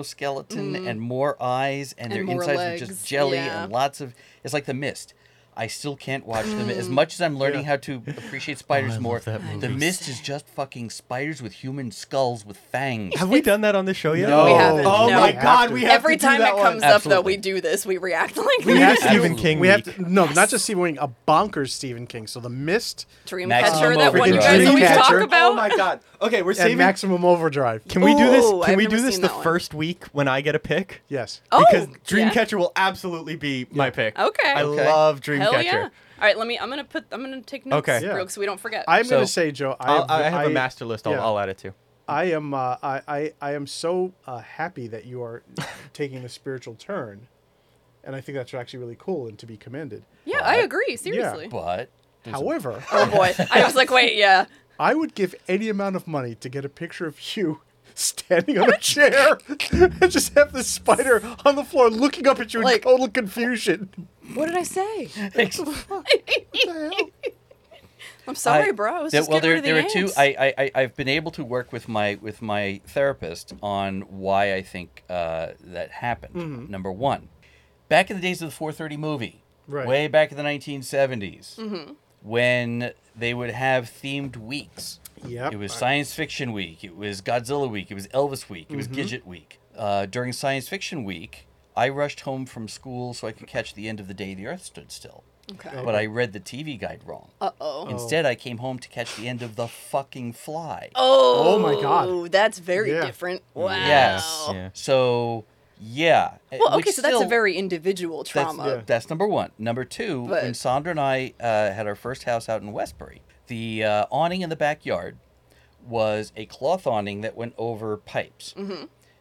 Speaker 3: exoskeleton and more eyes, and,
Speaker 4: Mm. And
Speaker 3: their
Speaker 4: more
Speaker 3: insides were
Speaker 4: legs,
Speaker 3: just jelly
Speaker 4: yeah.
Speaker 3: and lots of. It's like the mist. I still can't watch the
Speaker 4: Mm.
Speaker 3: mist. As much as I'm learning how to appreciate
Speaker 7: Oh,
Speaker 3: spiders more, the mist is just fucking spiders with human skulls with fangs.
Speaker 7: Have we done that on the show yet?
Speaker 3: No. We haven't.
Speaker 7: Oh
Speaker 4: No.
Speaker 7: my
Speaker 4: We have
Speaker 7: God,
Speaker 2: to.
Speaker 7: we have
Speaker 4: Every
Speaker 7: to do
Speaker 4: time it
Speaker 7: that one.
Speaker 4: comes up, though,
Speaker 3: Absolutely.
Speaker 4: we do this. We react like
Speaker 7: We have
Speaker 4: this.
Speaker 7: Stephen King
Speaker 2: We have
Speaker 7: week.
Speaker 2: to, no, not just Stephen King, a bonkers Stephen King. So the mist
Speaker 4: Dreamcatcher,
Speaker 3: Maximum
Speaker 4: that one you
Speaker 3: overdrive.
Speaker 4: guys always
Speaker 2: Dreamcatcher.
Speaker 4: talk
Speaker 2: Oh
Speaker 4: about.
Speaker 7: Oh my God. Okay, we're
Speaker 2: and
Speaker 7: saving.
Speaker 2: maximum overdrive.
Speaker 7: can we do this?
Speaker 4: Ooh,
Speaker 7: Can
Speaker 4: I've
Speaker 7: we
Speaker 4: never
Speaker 7: do this
Speaker 4: seen
Speaker 7: the
Speaker 4: that one.
Speaker 7: first week when I get a pick?
Speaker 2: yes.
Speaker 4: Oh,
Speaker 7: because
Speaker 4: yeah.
Speaker 7: Dreamcatcher will absolutely be my pick.
Speaker 4: Okay.
Speaker 7: I
Speaker 4: Okay.
Speaker 7: love
Speaker 4: Hell
Speaker 7: Dreamcatcher.
Speaker 4: yeah! All right, let me. I'm gonna put. I'm gonna take notes,
Speaker 7: Okay.
Speaker 4: real,
Speaker 2: Yeah.
Speaker 4: so we don't forget.
Speaker 2: I'm
Speaker 3: So-
Speaker 2: gonna say, Joe. I
Speaker 7: I'll,
Speaker 2: have,
Speaker 7: I have
Speaker 2: a
Speaker 7: a master list. I'll,
Speaker 2: yeah.
Speaker 7: I'll add it too.
Speaker 2: I am. Uh, I, I. I am so uh, happy that you are taking a spiritual turn, and I think that's actually really cool and to be commended.
Speaker 4: yeah, I agree. Seriously.
Speaker 3: But
Speaker 2: However,
Speaker 4: Oh boy, I was like, wait, yeah.
Speaker 2: I would give any amount of money to get a picture of you standing on a chair and just have this spider on the floor looking up at you
Speaker 4: Like-
Speaker 2: in total confusion.
Speaker 4: What did I say? I'm
Speaker 3: I-
Speaker 4: sorry, bro. I was
Speaker 3: there-
Speaker 4: just
Speaker 3: well,
Speaker 4: getting
Speaker 3: there,
Speaker 4: rid
Speaker 3: there
Speaker 4: of the
Speaker 3: are two.
Speaker 4: ants.
Speaker 3: I, I, I, I've been able to work with my with my therapist on why I think uh, that happened.
Speaker 2: Mm-hmm.
Speaker 3: Number one, back in the days of the 4:30 movie,
Speaker 2: Right.
Speaker 3: way back in the 1970s,
Speaker 4: Mm-hmm.
Speaker 3: when they would have themed weeks.
Speaker 2: Yep.
Speaker 3: It was Science Fiction Week. It was Godzilla Week. It was Elvis Week. It was
Speaker 2: Mm-hmm.
Speaker 3: Gidget Week. Uh, during Science Fiction Week, I rushed home from school so I could catch the end of the day the Earth stood still.
Speaker 4: Okay.
Speaker 3: But I read the TV guide wrong. Uh oh. Instead, I came home to catch the end of The Fucking Fly.
Speaker 4: Oh,
Speaker 2: Oh my God.
Speaker 4: That's very
Speaker 2: Yeah.
Speaker 4: different. Wow.
Speaker 3: Yes.
Speaker 7: Yeah.
Speaker 3: So, yeah. eh,
Speaker 4: Well,
Speaker 3: Which
Speaker 4: okay, so that's a
Speaker 3: still-
Speaker 4: very individual
Speaker 3: that's,
Speaker 4: trauma.
Speaker 3: that's number one. Number two,
Speaker 4: But-
Speaker 3: when Sandra and I uh, had our first house out in Westbury, the uh,
Speaker 4: Mm-hmm.
Speaker 3: awning in the backyard was a cloth awning that went over pipes.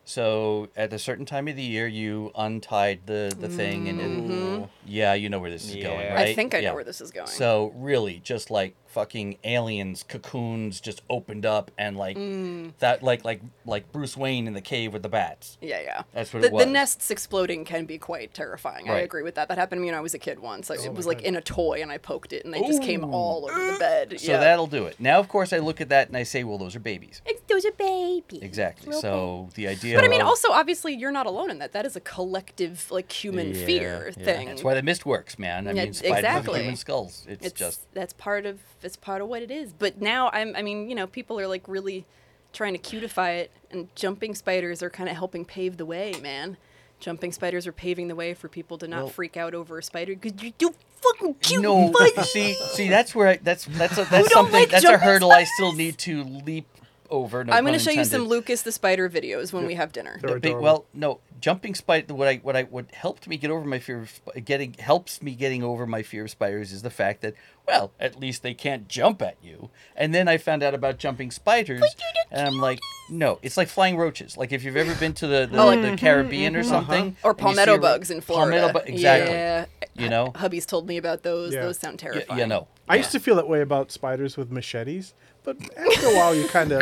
Speaker 3: So at a certain time of the year, you untied the, the thing, and, and yeah, you know where this is going,
Speaker 7: Yeah.
Speaker 3: right?
Speaker 4: Mm-hmm. I think I
Speaker 3: Yeah.
Speaker 4: know where this is going.
Speaker 3: So really, just like fucking aliens, cocoons just opened up, and like
Speaker 4: Mm.
Speaker 3: that, like like like Bruce Wayne in the cave with the bats.
Speaker 4: yeah, yeah.
Speaker 3: That's what
Speaker 4: the,
Speaker 3: it was.
Speaker 4: the nests exploding can be quite terrifying. I
Speaker 3: Right. Oh
Speaker 4: agree with that. That happened to me when I was a kid once. Like, it was like in a toy, and I poked it, and they just came all over the bed.
Speaker 3: So
Speaker 4: yeah.
Speaker 3: that'll do it. Now, of course, I look at that and I say, well, those are babies.
Speaker 4: Those are babies.
Speaker 3: Exactly.
Speaker 4: Little
Speaker 3: So the idea.
Speaker 4: But I mean,
Speaker 3: of-
Speaker 4: also obviously, you're not alone in that. That is a collective, like human
Speaker 3: Yeah,
Speaker 4: fear
Speaker 3: yeah.
Speaker 4: thing.
Speaker 3: That's why the mist works, man. I
Speaker 4: Yeah,
Speaker 3: mean, spiders
Speaker 4: exactly.
Speaker 3: with human skulls. It's,
Speaker 4: it's
Speaker 3: just
Speaker 4: that's part of it's part of what it is. But now I'm, I mean, you know, people are like really trying to cutify it, and jumping spiders are kind of helping pave the way, man. Jumping spiders are paving the way for people to not freak out over a spider because you're too fucking cute.
Speaker 3: no.
Speaker 4: buddy.
Speaker 3: see, see, that's where I, that's that's a, that's
Speaker 4: don't
Speaker 3: something
Speaker 4: like
Speaker 3: that's a
Speaker 4: jumping
Speaker 3: hurdle I still need to leap over. No
Speaker 4: I'm
Speaker 3: going to
Speaker 4: show you some Lucas the spider videos when we have dinner.
Speaker 2: They're
Speaker 3: Big,
Speaker 2: adorable.
Speaker 3: well, no, jumping spider. What I what I what helped me get over my fear of sp- getting helps me getting over my fear of spiders is the fact that well, at least they can't jump at you. And then I found out about jumping spiders, and I'm like, no, it's like flying roaches. Like if you've ever been to the, the, the Caribbean or something,
Speaker 4: Oh, mm-hmm, Or
Speaker 2: Uh-huh.
Speaker 3: and you see a
Speaker 4: palmetto
Speaker 3: ro-
Speaker 4: bugs in Florida.
Speaker 3: Palmetto bu- exactly.
Speaker 4: Yeah.
Speaker 3: You know,
Speaker 4: Hubby's told me about those.
Speaker 2: Yeah.
Speaker 4: Those sound
Speaker 3: Y-
Speaker 4: terrifying.
Speaker 3: you know,
Speaker 2: I used to feel that way about spiders with machetes, but after a while, you kind of,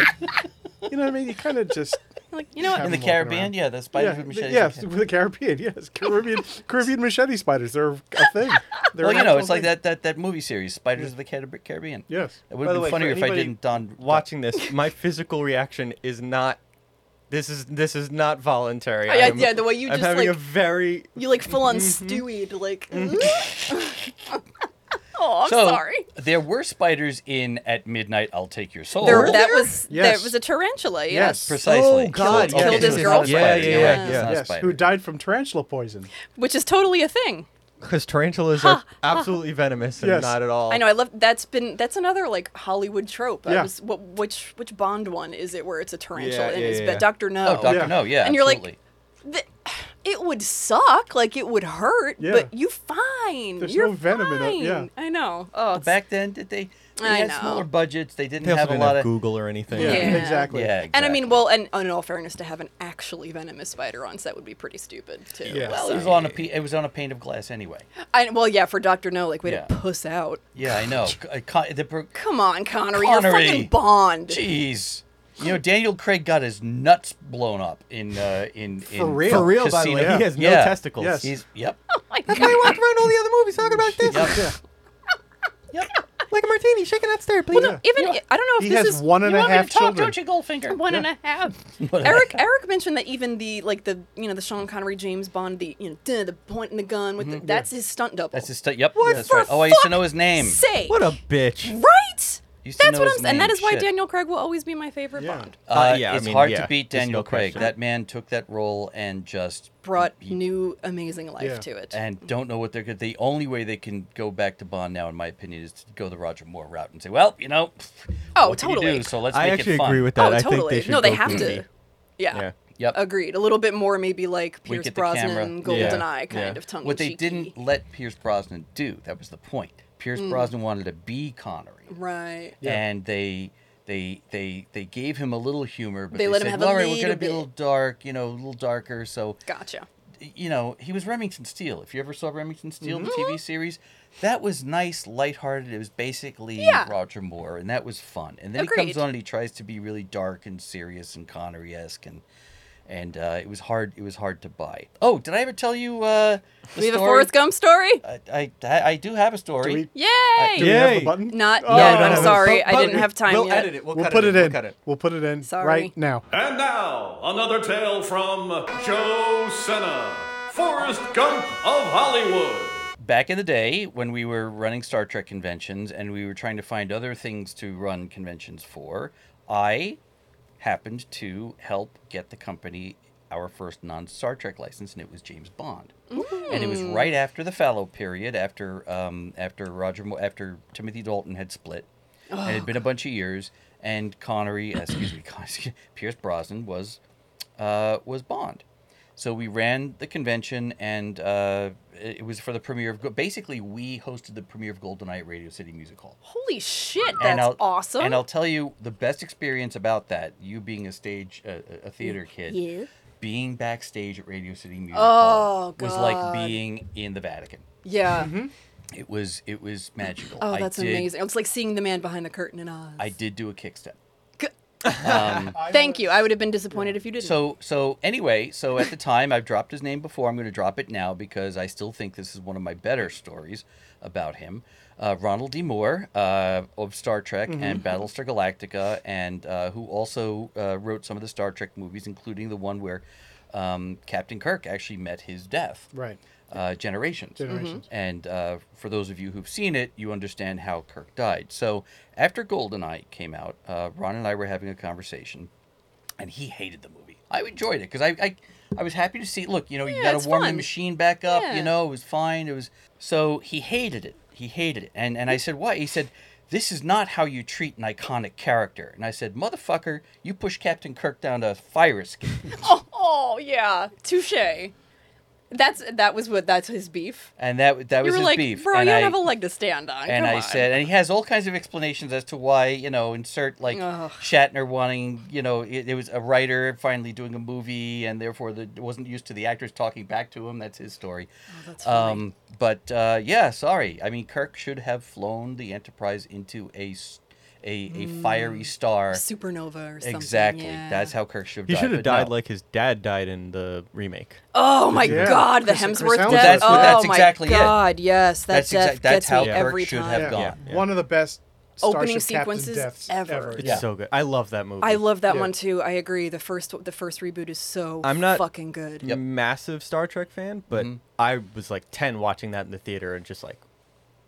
Speaker 2: you know what I mean? You kind of just.
Speaker 4: Like, you know what?
Speaker 2: Have
Speaker 3: in the
Speaker 2: them walking
Speaker 3: Caribbean,
Speaker 2: around.
Speaker 3: yeah, the spiders
Speaker 2: Yeah,
Speaker 3: with
Speaker 2: th-
Speaker 3: machetes.
Speaker 2: yes,
Speaker 3: okay.
Speaker 2: with the Caribbean, yes, Caribbean, Caribbean machete spiders. They're a thing. They're
Speaker 3: Well,
Speaker 2: an
Speaker 3: you know,
Speaker 2: actual
Speaker 3: it's like
Speaker 2: thing.
Speaker 3: that, that, that movie series, Spiders of the Carib- Caribbean.
Speaker 2: Yes.
Speaker 3: It would
Speaker 7: By
Speaker 3: have
Speaker 7: the
Speaker 3: been
Speaker 7: way, for
Speaker 3: funnier if I
Speaker 7: anybody
Speaker 3: didn't don
Speaker 7: Watching this, my physical reaction is not. This is this is not voluntary.
Speaker 4: Oh, yeah,
Speaker 7: I'm-
Speaker 4: yeah, the way you
Speaker 7: I'm
Speaker 4: just,
Speaker 7: having
Speaker 4: like-
Speaker 7: a very
Speaker 4: You like full on stewied, like. mm-hmm. oh, I'm
Speaker 3: so
Speaker 4: sorry.
Speaker 3: there were spiders in at midnight. I'll take your soul. Oh,
Speaker 4: There, that was
Speaker 2: Yes.
Speaker 4: that was a tarantula.
Speaker 2: Yes. Oh,
Speaker 4: Yes,
Speaker 3: precisely.
Speaker 7: Oh, God,
Speaker 3: Killed-
Speaker 7: yes,
Speaker 3: okay, so
Speaker 4: Killed his
Speaker 3: it's not a
Speaker 4: girlfriend.
Speaker 3: spider, you're
Speaker 4: Yeah,
Speaker 3: right, it's
Speaker 7: yeah.
Speaker 3: not a
Speaker 2: Yes,
Speaker 3: spider.
Speaker 2: who died from tarantula poison.
Speaker 4: which is totally a thing.
Speaker 7: because tarantulas are absolutely venomous and
Speaker 2: Yes.
Speaker 7: not at all.
Speaker 4: I know. I love that's been that's another like Hollywood trope. I
Speaker 2: Yeah.
Speaker 4: was, what, which which Bond one is it where it's a tarantula
Speaker 7: Yeah,
Speaker 4: and
Speaker 7: yeah,
Speaker 4: it's
Speaker 7: yeah, yeah.
Speaker 4: but Doctor No.
Speaker 3: Oh, Doctor
Speaker 2: Yeah.
Speaker 3: No, yeah,
Speaker 4: And you're like-
Speaker 3: absolutely.
Speaker 4: Th- it would suck, like it would hurt,
Speaker 2: Yeah.
Speaker 4: but you fine.
Speaker 2: There's
Speaker 4: you're
Speaker 2: no venom in it,
Speaker 4: fine.
Speaker 2: yeah.
Speaker 4: I know. Oh, it's-
Speaker 3: back then, did they? They
Speaker 4: I
Speaker 3: had
Speaker 4: know.
Speaker 3: smaller budgets. They didn't
Speaker 7: They also
Speaker 3: have a
Speaker 7: didn't
Speaker 3: lot of.
Speaker 7: Google or anything.
Speaker 4: Yeah.
Speaker 2: exactly.
Speaker 3: Yeah, exactly.
Speaker 4: And I mean, well, and oh, in all fairness, to have an actually venomous spider on set would be pretty stupid too.
Speaker 2: Yeah.
Speaker 3: well,
Speaker 4: So-
Speaker 3: it was on a pe- it was on a pane of glass anyway.
Speaker 4: I, well, yeah, for Doctor No, like way
Speaker 3: Yeah.
Speaker 4: to puss out.
Speaker 3: Yeah, I know. C- I con- the pro-
Speaker 4: Come on, Connery,
Speaker 3: Connery.
Speaker 4: you're fucking Bond.
Speaker 3: Jeez. You know, Daniel Craig got his nuts blown up in uh, in, in
Speaker 2: For real.
Speaker 7: For real, by the way,
Speaker 3: Casino.
Speaker 7: he has no
Speaker 3: Yeah.
Speaker 7: testicles.
Speaker 2: Yes.
Speaker 3: He's yep.
Speaker 4: Oh my
Speaker 7: That's why he
Speaker 4: God.
Speaker 7: walked around all the other movies talking about this.
Speaker 3: Yep.
Speaker 7: Like a martini, shaking that stir, please.
Speaker 4: Even I don't know if
Speaker 2: He
Speaker 4: this
Speaker 2: has
Speaker 4: is
Speaker 2: one and
Speaker 3: you
Speaker 2: a
Speaker 3: want me to
Speaker 2: half
Speaker 3: talk,
Speaker 2: children.
Speaker 3: don't you, Goldfinger?
Speaker 4: one and a half. Eric Eric mentioned that even the like the you know the Sean Connery James Bond the you know duh, the point in the gun with the, that's his stunt double.
Speaker 3: Mm-hmm. That's his stu- yep.
Speaker 4: What
Speaker 3: that's
Speaker 4: for
Speaker 3: right. Oh, I used to
Speaker 4: fuck's
Speaker 3: know his name.
Speaker 4: Say
Speaker 7: What a bitch.
Speaker 4: right.
Speaker 3: Used to
Speaker 4: That's
Speaker 3: know
Speaker 4: what
Speaker 3: his
Speaker 4: I'm saying, and that
Speaker 3: name,
Speaker 4: is why
Speaker 3: shit.
Speaker 4: Daniel Craig will always be my favorite Bond.
Speaker 3: Uh,
Speaker 7: Uh, yeah, I
Speaker 3: it's
Speaker 7: mean,
Speaker 3: hard
Speaker 7: yeah,
Speaker 3: to beat
Speaker 7: there's
Speaker 3: Daniel
Speaker 7: no
Speaker 3: Craig.
Speaker 7: question.
Speaker 3: That man took that role and just
Speaker 4: Brought new amazing life
Speaker 2: Yeah.
Speaker 4: to it.
Speaker 3: and don't know what they're good. The only way they can go back to Bond now, in my opinion, is to go the Roger Moore route and say, "Well, you know,
Speaker 4: Oh,
Speaker 3: what can you
Speaker 4: totally.
Speaker 3: do? So let's
Speaker 7: I
Speaker 3: make
Speaker 7: actually
Speaker 3: it fun.
Speaker 7: agree with
Speaker 4: oh,
Speaker 7: that. I
Speaker 4: totally.
Speaker 7: think they should
Speaker 4: no, they
Speaker 7: go
Speaker 4: have
Speaker 7: goofy.
Speaker 4: to. Yeah.
Speaker 7: Yeah.
Speaker 3: Yep.
Speaker 4: Agreed. A little bit more, maybe like Pierce
Speaker 3: Wicked the camera.
Speaker 4: Brosnan,
Speaker 7: Yeah.
Speaker 4: GoldenEye kind
Speaker 7: Yeah.
Speaker 4: of tongue.
Speaker 3: What they didn't let Pierce Brosnan do. That was the point. Pierce
Speaker 4: Mm.
Speaker 3: Brosnan wanted to be Connery,
Speaker 4: Mm-hmm. Right.
Speaker 3: and they. They, they they gave him a little humor, but
Speaker 4: They
Speaker 3: they,
Speaker 4: let him
Speaker 3: said,
Speaker 4: have a
Speaker 3: well, "All right, we're
Speaker 4: little
Speaker 3: going to be a
Speaker 4: bit."
Speaker 3: little dark, you know, a little darker." So
Speaker 4: Gotcha.
Speaker 3: you know, he was Remington Steele. If you ever saw Remington Steele, the
Speaker 4: Mm-hmm.
Speaker 3: TV series, that was nice, lighthearted. It was basically
Speaker 4: Yeah.
Speaker 3: Roger Moore, and that was fun. And then he
Speaker 4: Agreed.
Speaker 3: comes on and he tries to be really dark and serious and Connery esque, and and uh, it was hard. It was hard to buy. Oh, did I ever tell you uh, the
Speaker 4: We have a
Speaker 3: story?
Speaker 4: Forrest Gump story.
Speaker 3: I, I I I do have a story.
Speaker 2: we-
Speaker 4: Yay!
Speaker 2: Do we have
Speaker 7: Yay.
Speaker 2: the button?
Speaker 4: Not
Speaker 2: Oh,
Speaker 4: yet.
Speaker 2: no,
Speaker 4: I'm
Speaker 2: no, no.
Speaker 4: sorry.
Speaker 7: But-
Speaker 4: I
Speaker 7: but
Speaker 4: didn't have time
Speaker 7: we'll
Speaker 4: yet.
Speaker 7: Edit it. We'll,
Speaker 2: We'll
Speaker 7: cut
Speaker 2: put it
Speaker 7: We'll
Speaker 2: in.
Speaker 7: cut it.
Speaker 2: We'll put it in
Speaker 4: Sorry.
Speaker 2: right now.
Speaker 8: And now, another tale from Joe Senna, Forrest Gump of Hollywood.
Speaker 3: back in the day when we were running Star Trek conventions and we were trying to find other things to run conventions for, I happened to help get the company our first non Star Trek license, and it was James Bond. And it was right after the fallow period, after um, after Roger, Mo- after Timothy Dalton had split. it had been a bunch of years, and Connery, uh, excuse me, Con- Pierce Brosnan was uh, was Bond. So we ran the convention, and uh, it it was for the premiere of. Go- Basically, we hosted the premiere of Goldeneye at Radio City Music Hall.
Speaker 4: Holy shit,
Speaker 3: and
Speaker 4: that's
Speaker 3: I'll,
Speaker 4: awesome.
Speaker 3: And I'll tell you the best experience about that. You being a stage, a, a- a theater kid, being backstage at Radio City Music
Speaker 4: Oh,
Speaker 3: Hall was like
Speaker 4: God.
Speaker 3: being in the Vatican.
Speaker 4: Yeah.
Speaker 2: Mm-hmm.
Speaker 3: It was it was magical.
Speaker 4: Oh,
Speaker 3: Mm-hmm. I
Speaker 4: that's
Speaker 3: did-
Speaker 4: amazing. It's like seeing the man behind the curtain in Oz.
Speaker 3: I did do a kickstep.
Speaker 4: Thank you. I would have been disappointed if you didn't.
Speaker 3: So so anyway, so at the time I've dropped his name before. I'm going to drop it now because I still think this is one of my better stories about him. Uh, Ronald D. Moore uh, of Star Trek and Battlestar Galactica, and uh, who also uh, wrote some of the Star Trek movies, including the one where um, Captain Kirk actually met his death.
Speaker 2: Right.
Speaker 3: uh, Generations.
Speaker 2: Generations.
Speaker 4: Mm-hmm.
Speaker 3: And uh, for those of you who've seen it, you understand how Kirk died. So after Goldeneye came out, uh, Ron and I were having a conversation, and he hated the movie. I enjoyed it because I, I, I was happy to see. Look, you know, you
Speaker 4: Yeah,
Speaker 3: got
Speaker 4: it's
Speaker 3: to warm the
Speaker 4: fun.
Speaker 3: machine back up.
Speaker 4: Yeah.
Speaker 3: You know, it was fine. It was so he hated it. He hated it. And and I said, why? He said. This is not how you treat an iconic character. And I said, Motherfucker, you push Captain Kirk down a fire escape.
Speaker 4: oh, oh, yeah. Touche. That's that was what that's his beef.
Speaker 3: And that, that
Speaker 4: You
Speaker 3: was
Speaker 4: were
Speaker 3: his
Speaker 4: like,
Speaker 3: beef.
Speaker 4: bro,
Speaker 3: and
Speaker 4: you don't
Speaker 3: I-
Speaker 4: have a leg to stand on.
Speaker 3: and
Speaker 4: Come
Speaker 3: I
Speaker 4: on."
Speaker 3: said, and he has all kinds of explanations as to why, you know, insert like
Speaker 4: Ugh.
Speaker 3: Shatner wanting, you know, it, it was a writer finally doing a movie, and therefore the wasn't used to the actors talking back to him. That's his story.
Speaker 4: Oh, that's
Speaker 3: um, but uh, yeah, sorry. I mean, Kirk should have flown the Enterprise into a s- a, a fiery star.
Speaker 4: supernova or Mm. something.
Speaker 3: Exactly.
Speaker 4: yeah.
Speaker 3: That's how Kirk should have
Speaker 7: He
Speaker 3: died.
Speaker 7: should have
Speaker 3: but no.
Speaker 7: died like his dad died in the remake.
Speaker 4: Oh my
Speaker 2: Yeah.
Speaker 4: God, the
Speaker 2: Chris- Chris
Speaker 4: Hemsworth
Speaker 2: Hemsworth.
Speaker 4: death.
Speaker 3: That's what- that's
Speaker 4: oh my
Speaker 3: exactly it.
Speaker 4: God, yes, that
Speaker 3: That's
Speaker 4: death
Speaker 3: exact- that's
Speaker 4: gets
Speaker 3: how
Speaker 4: me
Speaker 3: Kirk
Speaker 4: every
Speaker 3: should
Speaker 4: time.
Speaker 3: have gone.
Speaker 2: Yeah.
Speaker 7: Yeah.
Speaker 2: One of the best
Speaker 4: Opening
Speaker 2: Starship Captain
Speaker 4: sequences
Speaker 2: deaths
Speaker 4: ever.
Speaker 7: It's
Speaker 3: Yeah.
Speaker 7: so good. I love that movie.
Speaker 4: I love that
Speaker 2: Yeah.
Speaker 4: one too. I agree. The first the first reboot is so
Speaker 7: I'm not-
Speaker 4: fucking good.
Speaker 7: massive Star Trek fan, but I was like 10 watching that in the theater and just like,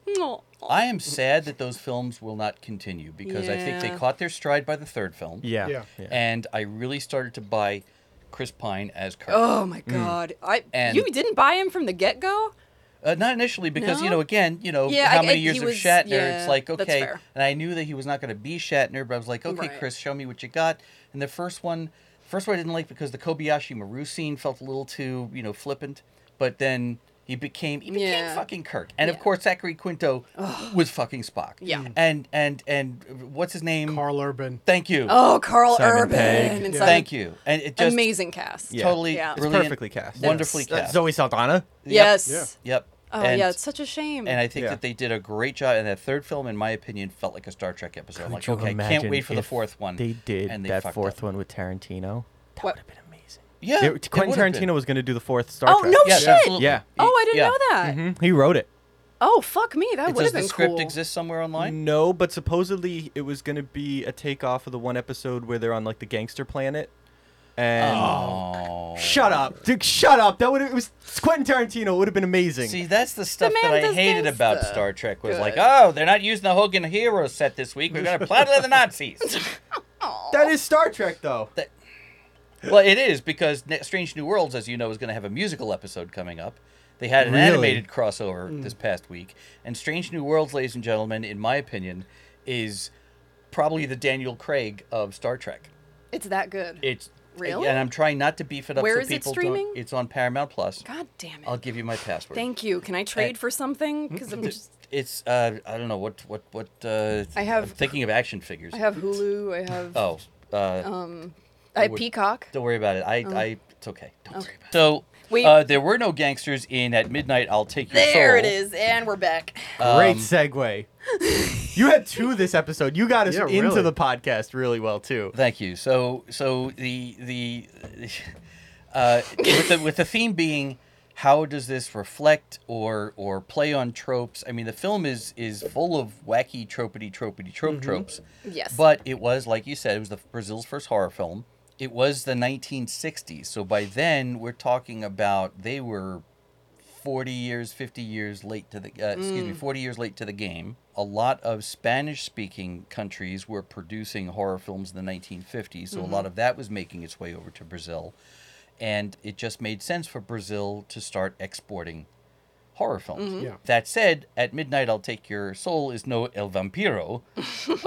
Speaker 4: Aw.
Speaker 3: I am sad that those films will not continue because I think they
Speaker 4: Yeah.
Speaker 3: caught their stride by the third film.
Speaker 7: yeah.
Speaker 2: Yeah.
Speaker 3: And I really started to buy Chris Pine as Kirk.
Speaker 4: Oh my god! I
Speaker 3: Mm. And-
Speaker 4: you didn't buy him from the get go.
Speaker 3: Uh, not initially, because you
Speaker 4: No?
Speaker 3: know, again, you know,
Speaker 4: Yeah,
Speaker 3: how
Speaker 4: I-
Speaker 3: many
Speaker 4: I-
Speaker 3: years
Speaker 4: he
Speaker 3: of
Speaker 4: was-
Speaker 3: Shatner?
Speaker 4: yeah,
Speaker 3: it's like
Speaker 4: that's
Speaker 3: okay,
Speaker 4: fair.
Speaker 3: and I knew that he was not going to be Shatner, but I was like, okay,
Speaker 4: Right.
Speaker 3: Chris, show me what you got. And the first one, first one I didn't like because the Kobayashi Maru scene felt a little too, you know, flippant. But then he became he became
Speaker 4: Yeah.
Speaker 3: fucking Kirk, and of
Speaker 4: Yeah.
Speaker 3: course Zachary Quinto was fucking Spock.
Speaker 4: Yeah.
Speaker 3: and and and what's his name?
Speaker 2: Carl Urban.
Speaker 3: Thank you.
Speaker 4: Oh, Carl
Speaker 7: Simon
Speaker 4: Urban.
Speaker 7: Pegg.
Speaker 4: And Simon-
Speaker 3: Thank you. And it just
Speaker 4: Amazing cast.
Speaker 7: Yeah.
Speaker 3: totally
Speaker 4: Yeah. It's
Speaker 7: It's
Speaker 3: brilliant,
Speaker 7: perfectly cast.
Speaker 3: wonderfully
Speaker 7: That's
Speaker 3: cast.
Speaker 7: Zoe Saldana.
Speaker 4: Yes.
Speaker 3: Yep.
Speaker 4: Oh
Speaker 3: And-
Speaker 4: yeah, it's such a shame.
Speaker 3: and I think
Speaker 7: Yeah.
Speaker 3: that they did a great job. And that third film, in my opinion, felt like a Star Trek episode. I'm like, okay, I can't wait for the fourth one.
Speaker 7: They did
Speaker 3: and they
Speaker 7: that
Speaker 3: fucked
Speaker 7: fourth
Speaker 3: up.
Speaker 7: one with Tarantino.
Speaker 4: What?
Speaker 7: That would have been amazing.
Speaker 3: Yeah,
Speaker 7: They- Quentin
Speaker 3: would've been.
Speaker 7: Tarantino was going to do the fourth Star
Speaker 4: oh
Speaker 7: Trek.
Speaker 4: no
Speaker 3: Yeah,
Speaker 4: shit!
Speaker 3: absolutely.
Speaker 7: Yeah.
Speaker 4: Oh, I didn't
Speaker 3: Yeah. Mm-hmm.
Speaker 4: know that.
Speaker 7: Mhm. He wrote it.
Speaker 4: Oh fuck me, that
Speaker 3: It-
Speaker 4: would
Speaker 3: Does
Speaker 4: have
Speaker 3: the
Speaker 4: been
Speaker 3: script
Speaker 4: cool.
Speaker 3: exist somewhere online?
Speaker 7: No, but supposedly it was going to be a takeoff of the one episode where they're on like the gangster planet. And
Speaker 3: Oh.
Speaker 7: shut up, dude! Shut up. That would have it was Quentin Tarantino. Would have been amazing.
Speaker 3: See, that's the stuff
Speaker 4: man
Speaker 3: that I
Speaker 4: does
Speaker 3: hated
Speaker 4: gangsta.
Speaker 3: about Star Trek. Was like,
Speaker 4: Good.
Speaker 3: oh, they're not using the Hogan Hero set this week. We're gonna platter the Nazis.
Speaker 7: that is Star Trek, though.
Speaker 3: well, it is because Ne- Strange New Worlds, as you know, is going to have a musical episode coming up. They had an
Speaker 7: Really?
Speaker 3: animated crossover this past week, and Strange New Worlds, ladies and gentlemen, in my opinion, is probably the Daniel Craig of Star Trek.
Speaker 4: It's that good.
Speaker 3: It's
Speaker 4: Really?
Speaker 3: and I'm trying not to beef it up.
Speaker 4: Where
Speaker 3: so
Speaker 4: is it
Speaker 3: people
Speaker 4: streaming?
Speaker 3: Don't, it's on Paramount Plus.
Speaker 4: God damn it!
Speaker 3: I'll give you my password.
Speaker 4: Thank you. Can I trade for something? Because I'm just.
Speaker 3: It's uh, I don't know what what what. Uh,
Speaker 4: I have-
Speaker 3: I'm thinking of action figures.
Speaker 4: I have Hulu. I have.
Speaker 3: Oh, uh,
Speaker 4: I have Peacock.
Speaker 3: Don't worry about it.
Speaker 4: Oh.
Speaker 3: I, I it's okay. Don't worry about it. So
Speaker 4: Wait.
Speaker 3: Uh, there were no gangsters in at midnight. I'll take your soul.
Speaker 4: There it is, and we're back.
Speaker 3: Uh, Um,
Speaker 7: Great segue. you had two this episode. You got us
Speaker 2: Yeah,
Speaker 7: into
Speaker 2: really.
Speaker 7: the podcast really well too.
Speaker 3: Thank you. So so the the uh, with the with the theme being how does this reflect or or play on tropes? I mean, the film is is full of wacky tropity tropity trope tropes.
Speaker 4: Yes.
Speaker 3: But it was like you said, it was the Brazil's first horror film. It was the 1960s. So by then we're talking about they were 40 years, 50 years late to the uh, excuse me, 40 years late to the game. A lot of Spanish-speaking countries were producing horror films in the 1950s, so a lot of that was making its way over to Brazil, and it just made sense for Brazil to start exporting horror films.
Speaker 2: Yeah.
Speaker 3: That said, at midnight I'll take your soul is no El Vampiro,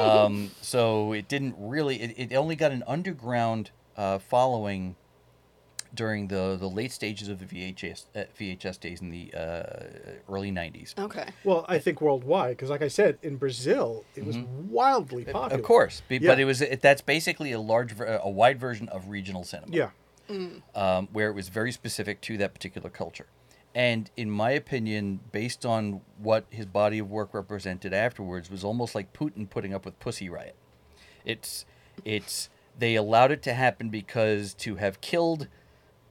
Speaker 3: um, so it didn't really. It, it only got an underground uh, following during the the late stages of the VHS uh, VHS days in the uh, early '90s.
Speaker 4: Okay.
Speaker 2: Well, I think worldwide, because like I said, in Brazil, it was wildly popular.
Speaker 3: Mm-hmm. Of course, be- but
Speaker 2: Yeah.
Speaker 3: it was it, that's basically a large, ver- a wide version of regional cinema.
Speaker 2: Yeah.
Speaker 3: um, where it was very specific to that particular culture. And in my opinion, based on what his body of work represented afterwards, was almost like Putin putting up with Pussy Riot. It's it's they allowed it to happen because to have killed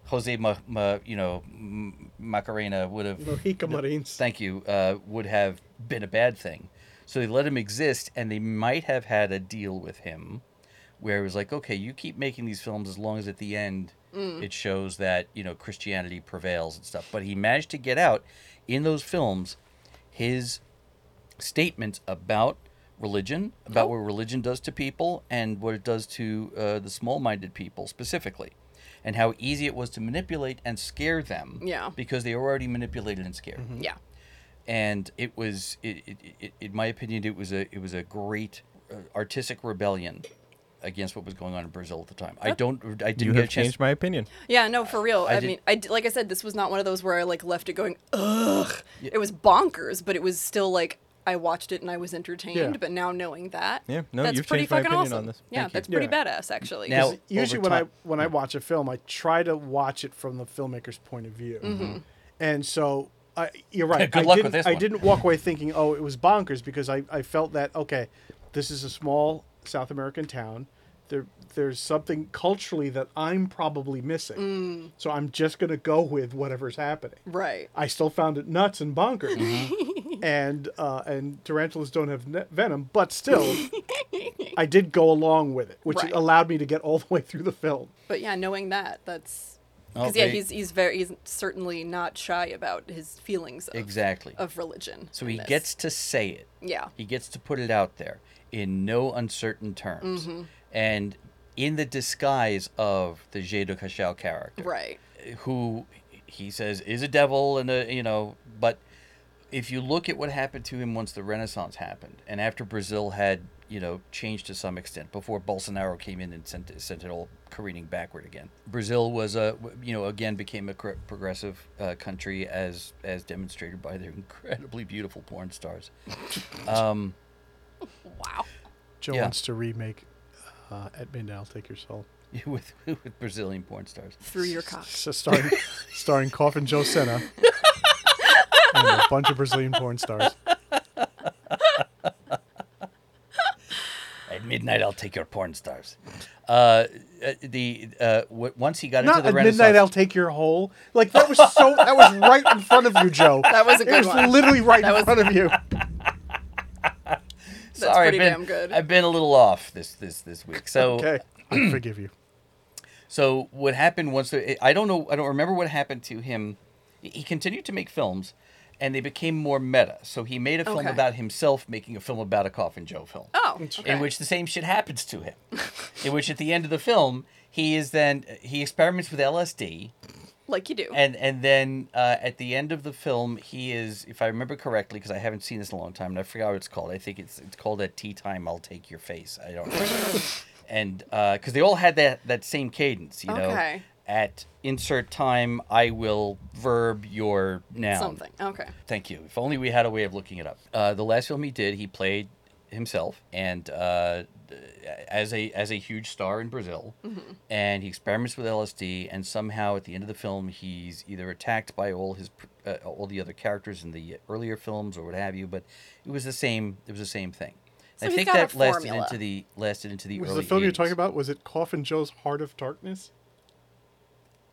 Speaker 3: Jose, Ma, Ma, you know, M- Macarena would have
Speaker 2: Mojica Marines.
Speaker 3: thank you, uh, would have been a bad thing. So they let him exist, and they might have had a deal with him where it was like, okay, you keep making these films as long as at the end it shows that, you know, Christianity prevails and stuff. But he managed to get out in those films his statements about religion, about what religion does to people and what it does to uh, the small minded people specifically, and how easy it was to manipulate and scare them
Speaker 4: Yeah.
Speaker 3: because they were already manipulated and scared
Speaker 4: Yeah.
Speaker 3: and it was it, it, it, in my opinion it was a it was a great uh, artistic rebellion against what was going on in Brazil at the time. I don't I didn't
Speaker 7: You
Speaker 3: get a
Speaker 7: have
Speaker 3: chance
Speaker 7: changed my opinion.
Speaker 4: Yeah, no, for real. I,
Speaker 3: did-
Speaker 4: mean, I d like I said, this was not one of those where I like left it going, ugh. It was bonkers, but it was still like I watched it and I was entertained.
Speaker 2: Yeah.
Speaker 4: But now knowing that,
Speaker 7: Yeah, no,
Speaker 4: that's
Speaker 7: you've
Speaker 4: pretty
Speaker 7: changed my
Speaker 4: fucking
Speaker 7: opinion
Speaker 4: awesome.
Speaker 7: on this.
Speaker 4: Yeah,
Speaker 7: Thank you.
Speaker 4: that's pretty
Speaker 2: Yeah.
Speaker 4: badass actually.
Speaker 3: Now-
Speaker 4: Just-
Speaker 2: usually
Speaker 3: over
Speaker 2: when I
Speaker 3: time.
Speaker 2: when I watch a film, I try to watch it from the filmmaker's point of view, and so I, you're right.
Speaker 3: Good
Speaker 2: I
Speaker 3: luck with
Speaker 2: didn't,
Speaker 3: this
Speaker 2: I
Speaker 3: one.
Speaker 2: didn't walk away thinking, oh, it was bonkers because I, I felt that okay, this is a small South American town. There there's something culturally that I'm probably missing, so I'm just gonna go with whatever's happening.
Speaker 4: right.
Speaker 2: I still found it nuts and bonkers. and uh, and tarantulas don't have ne- venom, but still, I did go along with it, which
Speaker 4: Right.
Speaker 2: allowed me to get all the way through the film.
Speaker 4: But yeah, knowing that, that's because
Speaker 3: Okay.
Speaker 4: yeah, he's he's very he's certainly not shy about his feelings of,
Speaker 3: exactly.
Speaker 4: of religion.
Speaker 3: so
Speaker 4: in
Speaker 3: he
Speaker 4: this.
Speaker 3: gets to say it.
Speaker 4: Yeah.
Speaker 3: He gets to put it out there in no uncertain terms.
Speaker 4: Mm-hmm.
Speaker 3: And in the disguise of the Jay de Cachal character.
Speaker 4: right.
Speaker 3: who he says is a devil and a you know but if you look at what happened to him once the renaissance happened and after brazil had you know changed to some extent before bolsonaro came in and sent, sent it all careening backward again brazil was a you know again became a cor- progressive uh, country as as demonstrated by their incredibly beautiful porn stars
Speaker 4: Wow.
Speaker 2: Joe
Speaker 3: Yeah.
Speaker 2: wants to remake uh, at midnight. I'll take your soul.
Speaker 3: with with brazilian porn stars
Speaker 4: Through your cock.
Speaker 2: So starring starring Coffin Joe Senna and a bunch of Brazilian porn stars.
Speaker 3: at midnight i'll take your porn stars uh uh, the uh w- once he got
Speaker 2: Not
Speaker 3: into
Speaker 2: at
Speaker 3: the renaissance
Speaker 2: midnight. I'll take your hole. Like that was so. That was right in front of you, Joe.
Speaker 4: That was a
Speaker 2: it
Speaker 4: good
Speaker 2: was
Speaker 4: one.
Speaker 2: literally right in front of you.
Speaker 4: That's
Speaker 3: Sorry,
Speaker 4: pretty
Speaker 3: I've been-
Speaker 4: damn good.
Speaker 3: I've been a little off this this this week. So
Speaker 2: Okay, I forgive you.
Speaker 3: so what happened was that I don't know I don't remember what happened to him. He continued to make films, and they became more meta. So he made a film
Speaker 4: Okay.
Speaker 3: about himself making a film about a Coffin Joe film.
Speaker 4: Oh, okay.
Speaker 3: In which the same shit happens to him. in which at the end of the film, he is then he experiments with LSD
Speaker 4: like you do.
Speaker 3: and and then uh, at the end of the film, he is, if I remember correctly, because I haven't seen this in a long time, and I forgot what it's called. I think it's it's called "At Tea Time, I'll Take Your Face." I don't know. and because they all had that that same cadence, you know.
Speaker 4: Okay.
Speaker 3: At insert time, I will verb your noun.
Speaker 4: Something. Okay.
Speaker 3: Thank you. If only we had a way of looking it up. Uh, the last film he did, he played himself, and uh, as a as a huge star in Brazil,
Speaker 4: Mm-hmm.
Speaker 3: and he experiments with LSD, and somehow at the end of the film, he's either attacked by all his pr- uh, all the other characters in the earlier films or what have you. But it was the same. It was the same thing.
Speaker 4: So
Speaker 3: I
Speaker 4: he's
Speaker 3: think
Speaker 4: got a
Speaker 3: that lasted
Speaker 4: formula.
Speaker 3: into the lasted into the
Speaker 2: Was
Speaker 3: early.
Speaker 2: the film you're
Speaker 3: 80s.
Speaker 2: talking about? Was it Coffin Joe's Heart of Darkness?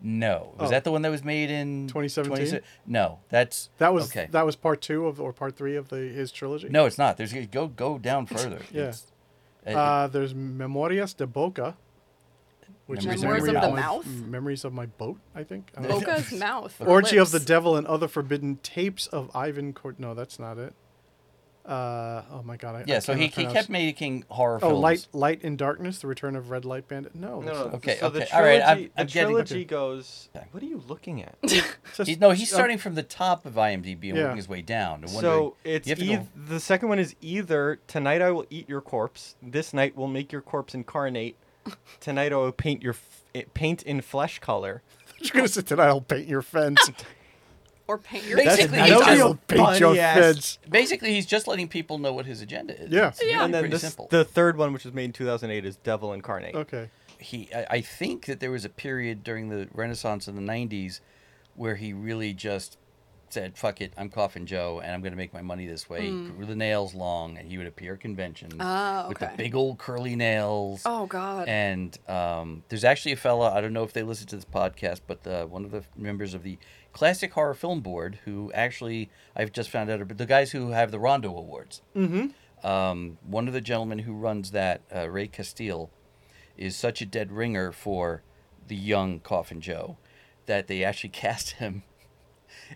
Speaker 3: No, was
Speaker 2: Oh.
Speaker 3: that the one that was made in
Speaker 2: 2017?
Speaker 3: 26 No, that's
Speaker 2: That was
Speaker 3: okay.
Speaker 2: that was part two of or part three of the his trilogy.
Speaker 3: No, it's not. There's go go down further.
Speaker 2: Yeah.
Speaker 3: It's- it-
Speaker 2: Uh, there's Memorias de Boca, which
Speaker 3: Memories
Speaker 2: is
Speaker 3: of
Speaker 2: memory
Speaker 3: the
Speaker 2: my-
Speaker 4: Mouth?
Speaker 2: memories of my boat. I think. I don't know.
Speaker 4: Boca's mouth. or
Speaker 2: Orgy of the
Speaker 4: lips.
Speaker 2: Devil and other forbidden tapes of Ivan Court. No, that's not it. Uh, oh my God. I,
Speaker 3: Yeah,
Speaker 2: I
Speaker 3: so
Speaker 2: cannot
Speaker 3: he, he
Speaker 2: pronounce-
Speaker 3: kept making horror
Speaker 2: Oh,
Speaker 3: films.
Speaker 2: light, light in darkness, the return of Red Light Bandit. No,
Speaker 7: No,
Speaker 2: that's
Speaker 7: no.
Speaker 2: not-
Speaker 3: Okay,
Speaker 7: so the
Speaker 3: okay, all right,
Speaker 7: trilogy,
Speaker 3: I'm- I'm
Speaker 7: the
Speaker 3: getting-
Speaker 7: trilogy
Speaker 3: Okay.
Speaker 7: goes. What are you looking at?
Speaker 2: it's just-
Speaker 3: He- no, he's
Speaker 2: uh,
Speaker 3: starting from the top of IMDb and
Speaker 2: Yeah.
Speaker 3: working his way down. and wondering-
Speaker 7: so it's
Speaker 3: you have to
Speaker 7: eith- the second one is either tonight I will eat your corpse, this night will make your corpse incarnate, tonight I will paint your f- eh, paint in flesh color.
Speaker 2: You're gonna sit tonight. I'll paint your fence.
Speaker 4: Or paint your
Speaker 3: That's-
Speaker 4: face.
Speaker 3: Basically, he's
Speaker 2: Nobody
Speaker 3: just-
Speaker 2: will paint your
Speaker 7: Funny-ass-
Speaker 2: fence.
Speaker 3: go, basically he's just letting people know what his agenda is.
Speaker 2: Yeah.
Speaker 3: It's really
Speaker 7: and then
Speaker 3: pretty
Speaker 7: this,
Speaker 3: simple.
Speaker 7: the third one, which was made in 2008, is Devil Incarnate.
Speaker 2: Okay.
Speaker 3: he I, I think that there was a period during the Renaissance in the '90s where he really just said, "Fuck it, I'm Coffin Joe, and I'm going to make my money this way." Grew the nails long, and he would appear at conventions
Speaker 4: Hmm. Ah,
Speaker 3: with the
Speaker 4: okay.
Speaker 3: big old curly nails.
Speaker 4: Oh God.
Speaker 3: And um, there's actually a fella, I don't know if they listen to this podcast, but uh one of the members of the Classic Horror Film Board, who actually, I've just found out, are the guys who have the Rondo Awards. Mm-hmm. Um, one of the gentlemen who runs that, uh, Ray Castile, is such a dead ringer for the young Coffin Joe that they actually cast him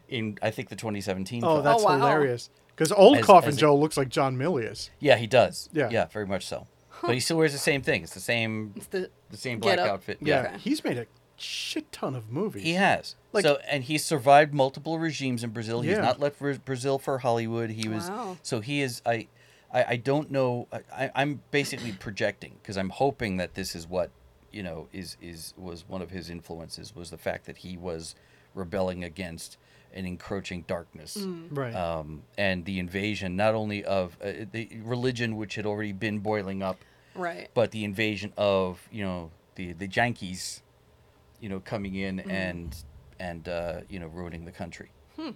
Speaker 3: in, I think, the 2017
Speaker 2: Oh,
Speaker 3: film.
Speaker 2: that's
Speaker 4: wow.
Speaker 2: hilarious. Because old
Speaker 3: As-
Speaker 2: Coffin
Speaker 3: as a-
Speaker 2: Joe looks like John Milius.
Speaker 3: Yeah, he does.
Speaker 2: Yeah.
Speaker 3: Yeah, very much so. But he still wears the same thing. It's the same,
Speaker 4: It's the-
Speaker 3: the same
Speaker 4: get
Speaker 3: black
Speaker 4: up.
Speaker 3: outfit.
Speaker 2: Yeah,
Speaker 4: Okay.
Speaker 2: he's made a shit ton of movies.
Speaker 3: He has.
Speaker 2: Like-
Speaker 3: so, and he survived multiple regimes in Brazil. He's
Speaker 2: Yeah.
Speaker 3: not left Bra- Brazil for Hollywood. He was.
Speaker 4: Wow.
Speaker 3: So he is. I, I, I don't know. I- I, I'm basically projecting because I'm hoping that this is what, you know, is is was one of his influences was the fact that he was rebelling against an encroaching darkness
Speaker 2: Right.
Speaker 3: um, and the invasion not only of uh, the religion which had already been boiling up
Speaker 4: right.
Speaker 3: but the invasion of you know the the Yankees, you know, coming in
Speaker 4: Mm-hmm.
Speaker 3: and and uh, you know ruining the country.
Speaker 4: Hmm.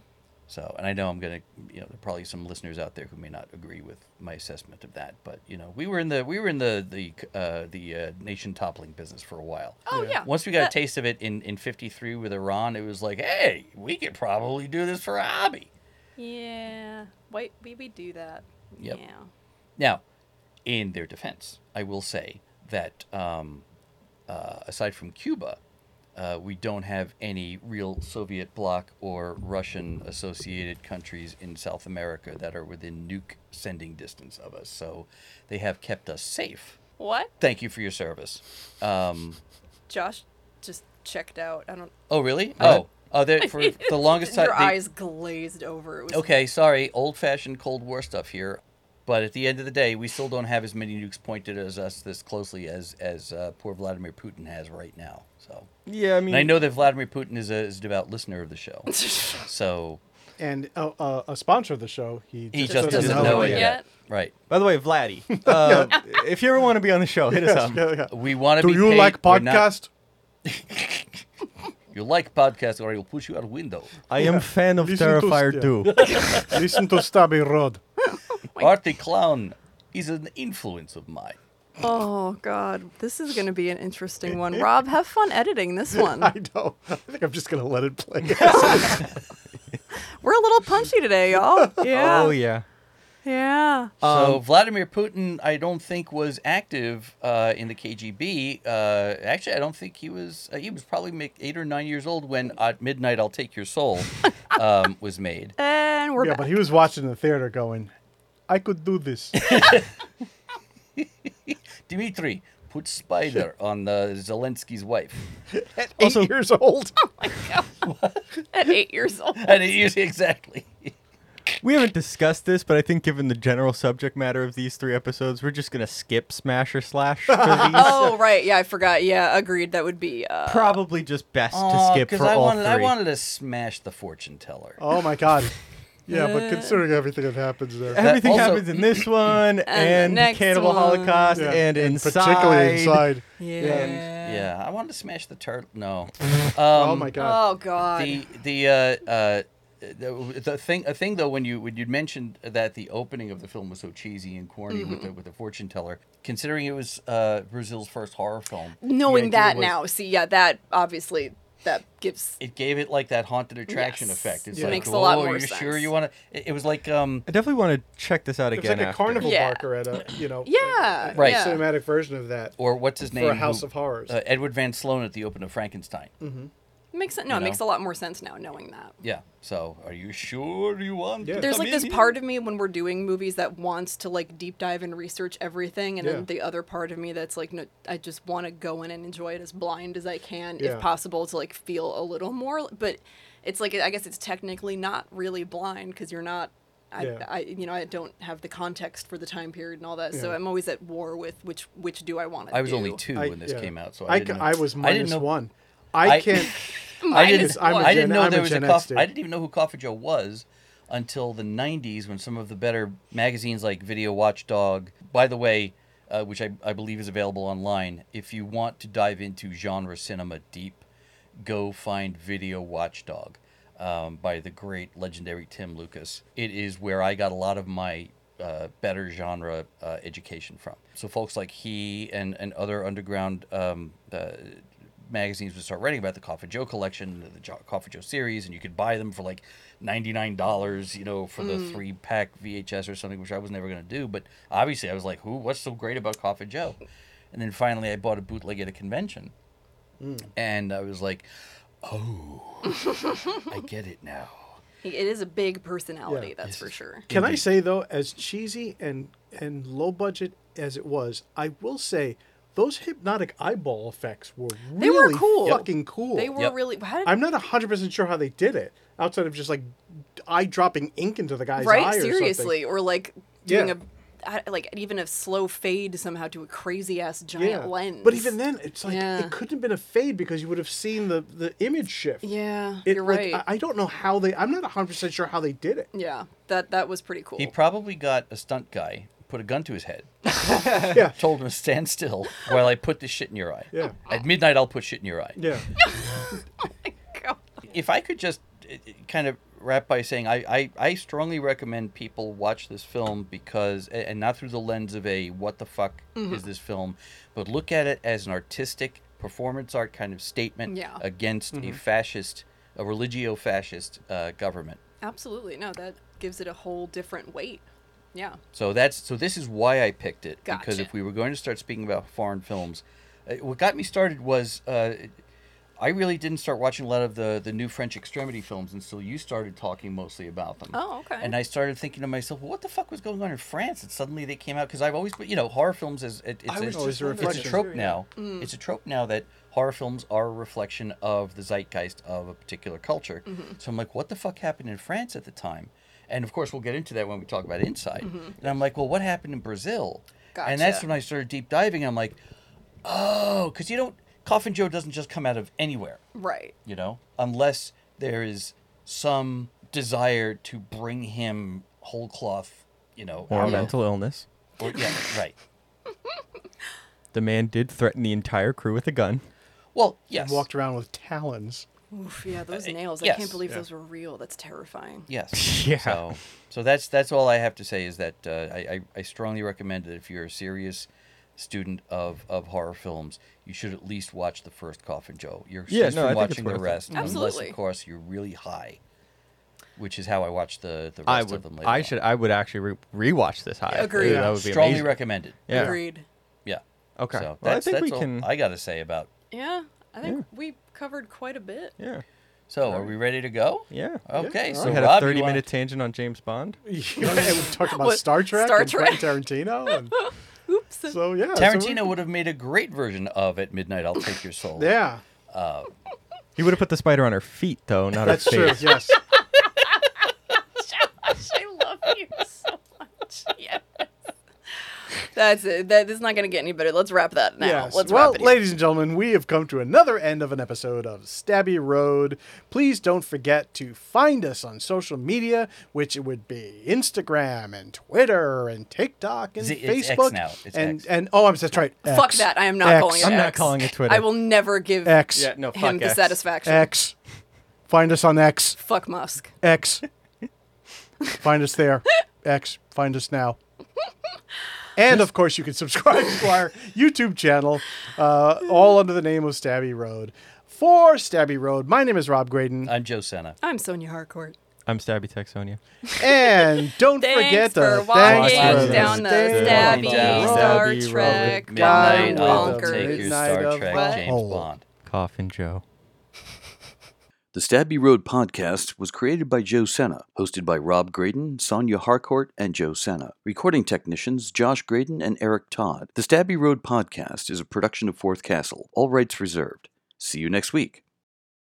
Speaker 3: So, and I know I'm gonna, you know, there are probably some listeners out there who may not agree with my assessment of that, but you know, we were in the we were in the the uh, the uh, nation toppling business for a while.
Speaker 4: Oh yeah.
Speaker 3: Once we got
Speaker 4: That-
Speaker 3: a taste of it in in '53 with Iran, it was like, hey, we could probably do this for a hobby.
Speaker 4: Yeah. Wait, we we do that.
Speaker 3: Yep.
Speaker 4: Yeah.
Speaker 3: Now, in their defense, I will say that um, uh, aside from Cuba, uh, we don't have any real Soviet bloc or Russian associated countries in South America that are within nuke sending distance of us. So they have kept us safe.
Speaker 4: What?
Speaker 3: Thank you for your service. Um,
Speaker 4: Josh just checked out. I don't.
Speaker 3: oh, really? Oh, oh, they're- for the longest time.
Speaker 4: Your
Speaker 3: they-
Speaker 4: eyes glazed over. It was
Speaker 3: Okay, sorry, old fashioned Cold War stuff here. But at the end of the day, we still don't have as many nukes pointed at us this closely as as uh, poor Vladimir Putin has right now. So,
Speaker 7: Yeah, I mean,
Speaker 3: and I know that Vladimir Putin is a, is a devout listener of the show. so
Speaker 2: and uh, uh, a sponsor of the show, he
Speaker 3: he just, doesn't,
Speaker 7: doesn't
Speaker 3: know
Speaker 7: know
Speaker 3: it
Speaker 7: it
Speaker 3: yet.
Speaker 4: yet.
Speaker 3: Right.
Speaker 7: By the way, Vladdy, uh, if you ever want to be on the show, hit us up.
Speaker 2: Yeah, yeah.
Speaker 3: We want to
Speaker 2: Do
Speaker 3: be.
Speaker 2: you
Speaker 3: paid.
Speaker 2: like
Speaker 3: We're not-
Speaker 2: podcast?
Speaker 3: you like podcast, or I will push you out a window.
Speaker 7: I am fan of
Speaker 2: Listen to
Speaker 7: Terrifier
Speaker 2: Stan.
Speaker 7: 2.
Speaker 2: Listen to Stabby Road.
Speaker 3: Art the clown is an influence of mine.
Speaker 4: Oh God, this is going to be an interesting one. Rob, have fun editing this one.
Speaker 2: I know. I think I'm just gonna let it play.
Speaker 4: We're a little punchy today, y'all. Yeah.
Speaker 7: Oh yeah.
Speaker 4: Yeah.
Speaker 3: so Um, Vladimir Putin, I don't think was active uh, in the KGB. Uh, actually, I don't think he was. Uh, he was probably make eight or nine years old when "At Midnight I'll Take Your Soul" um, was made.
Speaker 4: And we're
Speaker 2: yeah,
Speaker 4: back.
Speaker 2: but he was watching the theater, going, "I could do this."
Speaker 3: Dmitri put spider on uh, Zelensky's wife.
Speaker 2: Eight years old.
Speaker 4: At eight years old.
Speaker 3: And he used exactly.
Speaker 7: We haven't discussed this, but I think given the general subject matter of these three episodes, we're just gonna skip Smash or Slash for these.
Speaker 4: Oh right, yeah, I forgot. Yeah, agreed. That would be. Uh,
Speaker 7: Probably just best
Speaker 3: Aw,
Speaker 7: to skip for
Speaker 3: I
Speaker 7: all
Speaker 3: wanted,
Speaker 7: three.
Speaker 3: I wanted to smash the fortune teller.
Speaker 2: oh my god. Yeah, but considering everything that happens there,
Speaker 7: Everything
Speaker 3: also-
Speaker 7: happens in this one and,
Speaker 4: next
Speaker 7: Cannibal
Speaker 4: one.
Speaker 7: Holocaust
Speaker 2: Yeah,
Speaker 7: and, inside.
Speaker 2: particularly inside.
Speaker 4: yeah.
Speaker 3: Yeah, I wanted to smash the turtle. No. Um,
Speaker 2: oh my god.
Speaker 4: Oh God.
Speaker 3: the the uh, uh, the, the thing a thing though when you when you mentioned that the opening of the film was so cheesy and corny
Speaker 4: Mm-hmm.
Speaker 3: with the with the fortune teller, considering it was uh, Brazil's first horror film, the
Speaker 4: Knowing
Speaker 3: idea
Speaker 4: that
Speaker 3: was
Speaker 4: now, see, yeah, that obviously that gives.
Speaker 3: It gave it like that haunted attraction
Speaker 4: Yes.
Speaker 3: effect. It's
Speaker 4: Yeah.
Speaker 3: like,
Speaker 4: Makes a
Speaker 3: oh,
Speaker 4: lot
Speaker 3: are
Speaker 4: more
Speaker 3: you sure
Speaker 4: sense.
Speaker 3: you want to? It, it was like, um,
Speaker 7: I definitely want to check this out
Speaker 2: It was
Speaker 7: again.
Speaker 2: like a
Speaker 7: after.
Speaker 2: carnival
Speaker 4: Yeah.
Speaker 2: barker at a, you know,
Speaker 4: Yeah.
Speaker 3: Right.
Speaker 4: yeah.
Speaker 2: cinematic version of that.
Speaker 3: or what's his
Speaker 2: For a
Speaker 3: name?
Speaker 2: House of Horrors. Mm-hmm.
Speaker 3: Uh, Edward Van Sloan at the open of Frankenstein.
Speaker 4: Makes sen- no, it
Speaker 3: know?
Speaker 4: makes a lot more sense now knowing that.
Speaker 3: Yeah. So, are you sure you want?
Speaker 2: Yeah.
Speaker 3: to
Speaker 4: There's
Speaker 3: come
Speaker 4: like
Speaker 3: in
Speaker 4: this
Speaker 3: here?
Speaker 4: part of me when we're doing movies that wants to like deep dive and research everything, and
Speaker 2: Yeah.
Speaker 4: then the other part of me that's like, no, I just want to go in and enjoy it as blind as I can,
Speaker 2: Yeah.
Speaker 4: if possible, to like feel a little more. But it's like I guess it's technically not really blind because you're not. I,
Speaker 2: Yeah.
Speaker 4: I, you know, I don't have the context for the time period and all that, so
Speaker 2: Yeah.
Speaker 4: I'm always at war with which which do I want to.
Speaker 3: I was only two
Speaker 2: I-
Speaker 3: when this
Speaker 2: yeah.
Speaker 3: came out, so I,
Speaker 2: I,
Speaker 3: didn't
Speaker 2: ca-
Speaker 3: know.
Speaker 2: I was
Speaker 3: I didn't
Speaker 2: minus
Speaker 3: know-
Speaker 2: one. I,
Speaker 3: I-
Speaker 2: can't.
Speaker 3: I
Speaker 4: Minus
Speaker 3: didn't,
Speaker 2: I'm a
Speaker 4: one.
Speaker 3: I didn't
Speaker 2: Gen-
Speaker 3: know
Speaker 2: I'm
Speaker 3: there
Speaker 2: a
Speaker 3: was
Speaker 2: Gen
Speaker 3: a
Speaker 2: X
Speaker 3: coffee.
Speaker 2: dude.
Speaker 3: I didn't even know who Coffee Joe was until the '90s when some of the better magazines like Video Watchdog. By the way, uh, which I, I believe is available online. If you want to dive into genre cinema deep, go find Video Watchdog um, by the great legendary Tim Lucas. It is where I got a lot of my uh, better genre uh, education from. So folks like he and, and other underground um, uh, magazines would start writing about the Coffin Joe collection, the jo- Coffin Joe series, and you could buy them for like ninety nine dollars, you know, for the three pack VHS or something, which I was never going to do. But obviously, I was like, "Who? What's so great about Coffin Joe?" And then finally, I bought a bootleg at a convention, and I was like, "Oh, I get it now."
Speaker 4: It is a big personality,
Speaker 2: Yeah.
Speaker 4: that's for sure.
Speaker 2: Can I say though, as cheesy and and low budget as it was, I will say those hypnotic eyeball effects were really
Speaker 4: They were cool.
Speaker 2: fucking cool.
Speaker 4: They were
Speaker 3: Yep.
Speaker 4: really. How did,
Speaker 2: I'm not hundred percent sure how they did it, outside of just like eye dropping ink into the guy's eye.
Speaker 4: right?
Speaker 2: or
Speaker 4: Seriously, or like doing
Speaker 2: Yeah.
Speaker 4: a I- like even a slow fade somehow to a crazy ass giant
Speaker 2: something. Yeah.
Speaker 4: lens.
Speaker 2: But even then, it's like
Speaker 4: Yeah.
Speaker 2: it couldn't have been a fade because you would have seen the the image shift.
Speaker 4: yeah,
Speaker 2: It,
Speaker 4: you're
Speaker 2: like,
Speaker 4: right.
Speaker 2: I, I don't know how they. I'm not hundred percent sure how they did it.
Speaker 4: yeah, that that was pretty cool.
Speaker 3: He probably got a stunt guy, put a gun to his head,
Speaker 2: Yeah.
Speaker 3: told him to stand still while I put this shit in your eye.
Speaker 2: Yeah.
Speaker 3: At midnight, I'll put shit in your eye.
Speaker 2: Yeah.
Speaker 4: God.
Speaker 3: if I could just uh, uh, kind of wrap by saying I, I, I strongly recommend people watch this film because a- and not through the lens of a what the fuck is this film but look at it as an artistic performance art kind of statement
Speaker 4: Yeah.
Speaker 3: against a fascist a religio fascist uh, government
Speaker 4: Absolutely, no, that gives it a whole different weight. Yeah,
Speaker 3: so that's so this is why I picked it because
Speaker 4: Gotcha.
Speaker 3: if we were going to start speaking about foreign films, uh, what got me started was uh, I really didn't start watching a lot of the the new French extremity films until you started talking mostly about them.
Speaker 4: Oh, okay.
Speaker 3: And I started thinking to myself, well, what the fuck was going on in France? And suddenly they came out because I've always, you know, horror films is it, it's,
Speaker 7: I
Speaker 3: a,
Speaker 7: was just
Speaker 3: it's a
Speaker 7: wondering.
Speaker 3: trope now. It's a trope now that horror films are a reflection of the zeitgeist of a particular culture. So I'm like, what the fuck happened in France at the time? And of course, we'll get into that when we talk about Inside. And I'm like, well, what happened in Brazil? And that's
Speaker 4: Gotcha.
Speaker 3: when I started deep diving. I'm like, oh, because you don't, Coffin Joe doesn't just come out of anywhere
Speaker 4: right.
Speaker 3: you know unless there is some desire to bring him whole cloth you know
Speaker 7: Or
Speaker 3: out of-
Speaker 7: mental illness.
Speaker 3: or- yeah right
Speaker 7: The man did threaten the entire crew with a gun.
Speaker 3: well yes
Speaker 2: Walked around with talons.
Speaker 4: Oof, yeah, those nails. I
Speaker 3: Uh, yes.
Speaker 4: can't believe those were real. That's terrifying.
Speaker 3: yes
Speaker 7: Yeah.
Speaker 3: so, so that's that's all i have to say is that uh, I, I i strongly recommend that if you're a serious student of of horror films you should at least watch the first coffin joe you're
Speaker 7: Yeah,
Speaker 3: ceased
Speaker 7: no,
Speaker 3: from
Speaker 7: I think it's
Speaker 3: watching the
Speaker 7: worth it.
Speaker 3: rest unless
Speaker 4: Absolutely.
Speaker 3: of course you're really high which is how i watched the the rest
Speaker 7: I
Speaker 3: of
Speaker 7: would.
Speaker 3: them later
Speaker 7: I
Speaker 3: on.
Speaker 7: should. I would actually re- rewatch this high.
Speaker 4: Agreed.
Speaker 7: Ooh, That would be
Speaker 3: strongly
Speaker 7: amazing.
Speaker 3: recommended
Speaker 7: Yeah.
Speaker 4: Agreed.
Speaker 3: yeah
Speaker 7: Okay.
Speaker 3: so
Speaker 7: Well, I
Speaker 3: that's,
Speaker 7: think
Speaker 3: that's
Speaker 7: we
Speaker 3: all
Speaker 7: can-
Speaker 3: i gotta say about
Speaker 4: Yeah, I think we covered quite a bit.
Speaker 7: Yeah.
Speaker 3: So, are we ready to go?
Speaker 7: Yeah.
Speaker 3: Okay. So,
Speaker 7: we had
Speaker 3: Rob, you
Speaker 7: a
Speaker 3: wanna-
Speaker 7: thirty-minute tangent on James Bond.
Speaker 2: yeah, we talked about
Speaker 4: What?
Speaker 2: Star Trek
Speaker 4: Star
Speaker 2: and
Speaker 4: Trek.
Speaker 2: Quentin Tarantino. And
Speaker 4: Oops.
Speaker 2: so yeah, so we-
Speaker 3: Tarantino would have made a great version of "At Midnight I'll Take Your Soul."
Speaker 2: yeah,
Speaker 7: He would have put the spider on her feet, though, not
Speaker 2: that's
Speaker 7: her
Speaker 2: true.
Speaker 7: face.
Speaker 2: Yes,
Speaker 4: I love you so much. Yes. That's it. That this is not going to get any better. Let's wrap that now.
Speaker 2: yes.
Speaker 4: Let's
Speaker 2: well,
Speaker 4: wrap it. here.
Speaker 2: ladies and gentlemen, we have come to another end of an episode of Stabby Road. Please don't forget to find us on social media, which would be Instagram and Twitter and TikTok and
Speaker 3: It's- it's X
Speaker 2: Facebook
Speaker 3: now. It's
Speaker 2: and
Speaker 3: X.
Speaker 2: and oh, I'm that's right.
Speaker 4: Fuck
Speaker 2: X.
Speaker 4: that. I am not
Speaker 2: X.
Speaker 4: calling it
Speaker 7: I'm not
Speaker 4: X.
Speaker 7: calling it Twitter.
Speaker 4: I will never give
Speaker 2: X.
Speaker 7: Yeah, no,
Speaker 4: him
Speaker 7: fuck
Speaker 4: the
Speaker 7: X.
Speaker 4: satisfaction.
Speaker 2: X. Find us on X.
Speaker 4: Fuck Musk.
Speaker 2: X. Find us there. X. Find us now. And of course, you can subscribe to our YouTube channel, uh, all under the name of Stabby Road. For Stabby Road, my name is Rob Graydon.
Speaker 3: I'm Joe Senna.
Speaker 4: I'm Sonia Harcourt.
Speaker 7: I'm Stabby Texonia.
Speaker 2: And don't
Speaker 4: Thanks
Speaker 2: forget
Speaker 4: for
Speaker 2: to
Speaker 4: walking
Speaker 7: Thanks for
Speaker 4: down the
Speaker 2: staying
Speaker 4: stabby
Speaker 3: down
Speaker 4: Star
Speaker 7: stabby road.
Speaker 4: Trek
Speaker 2: Down
Speaker 3: Midnight
Speaker 2: with
Speaker 3: I'll
Speaker 2: the
Speaker 3: Take Your
Speaker 2: midnight
Speaker 3: Star
Speaker 2: of
Speaker 3: Trek,
Speaker 2: the
Speaker 3: James
Speaker 2: hole.
Speaker 3: Bond.
Speaker 7: Coffin Joe.
Speaker 6: The Stabby Road podcast was created by Joe Senna, hosted by Rob Graydon, Sonia Harcourt, and Joe Senna. Recording technicians Josh Graydon and Eric Todd. The Stabby Road podcast is a production of Fourth Castle, all rights reserved. See you next week.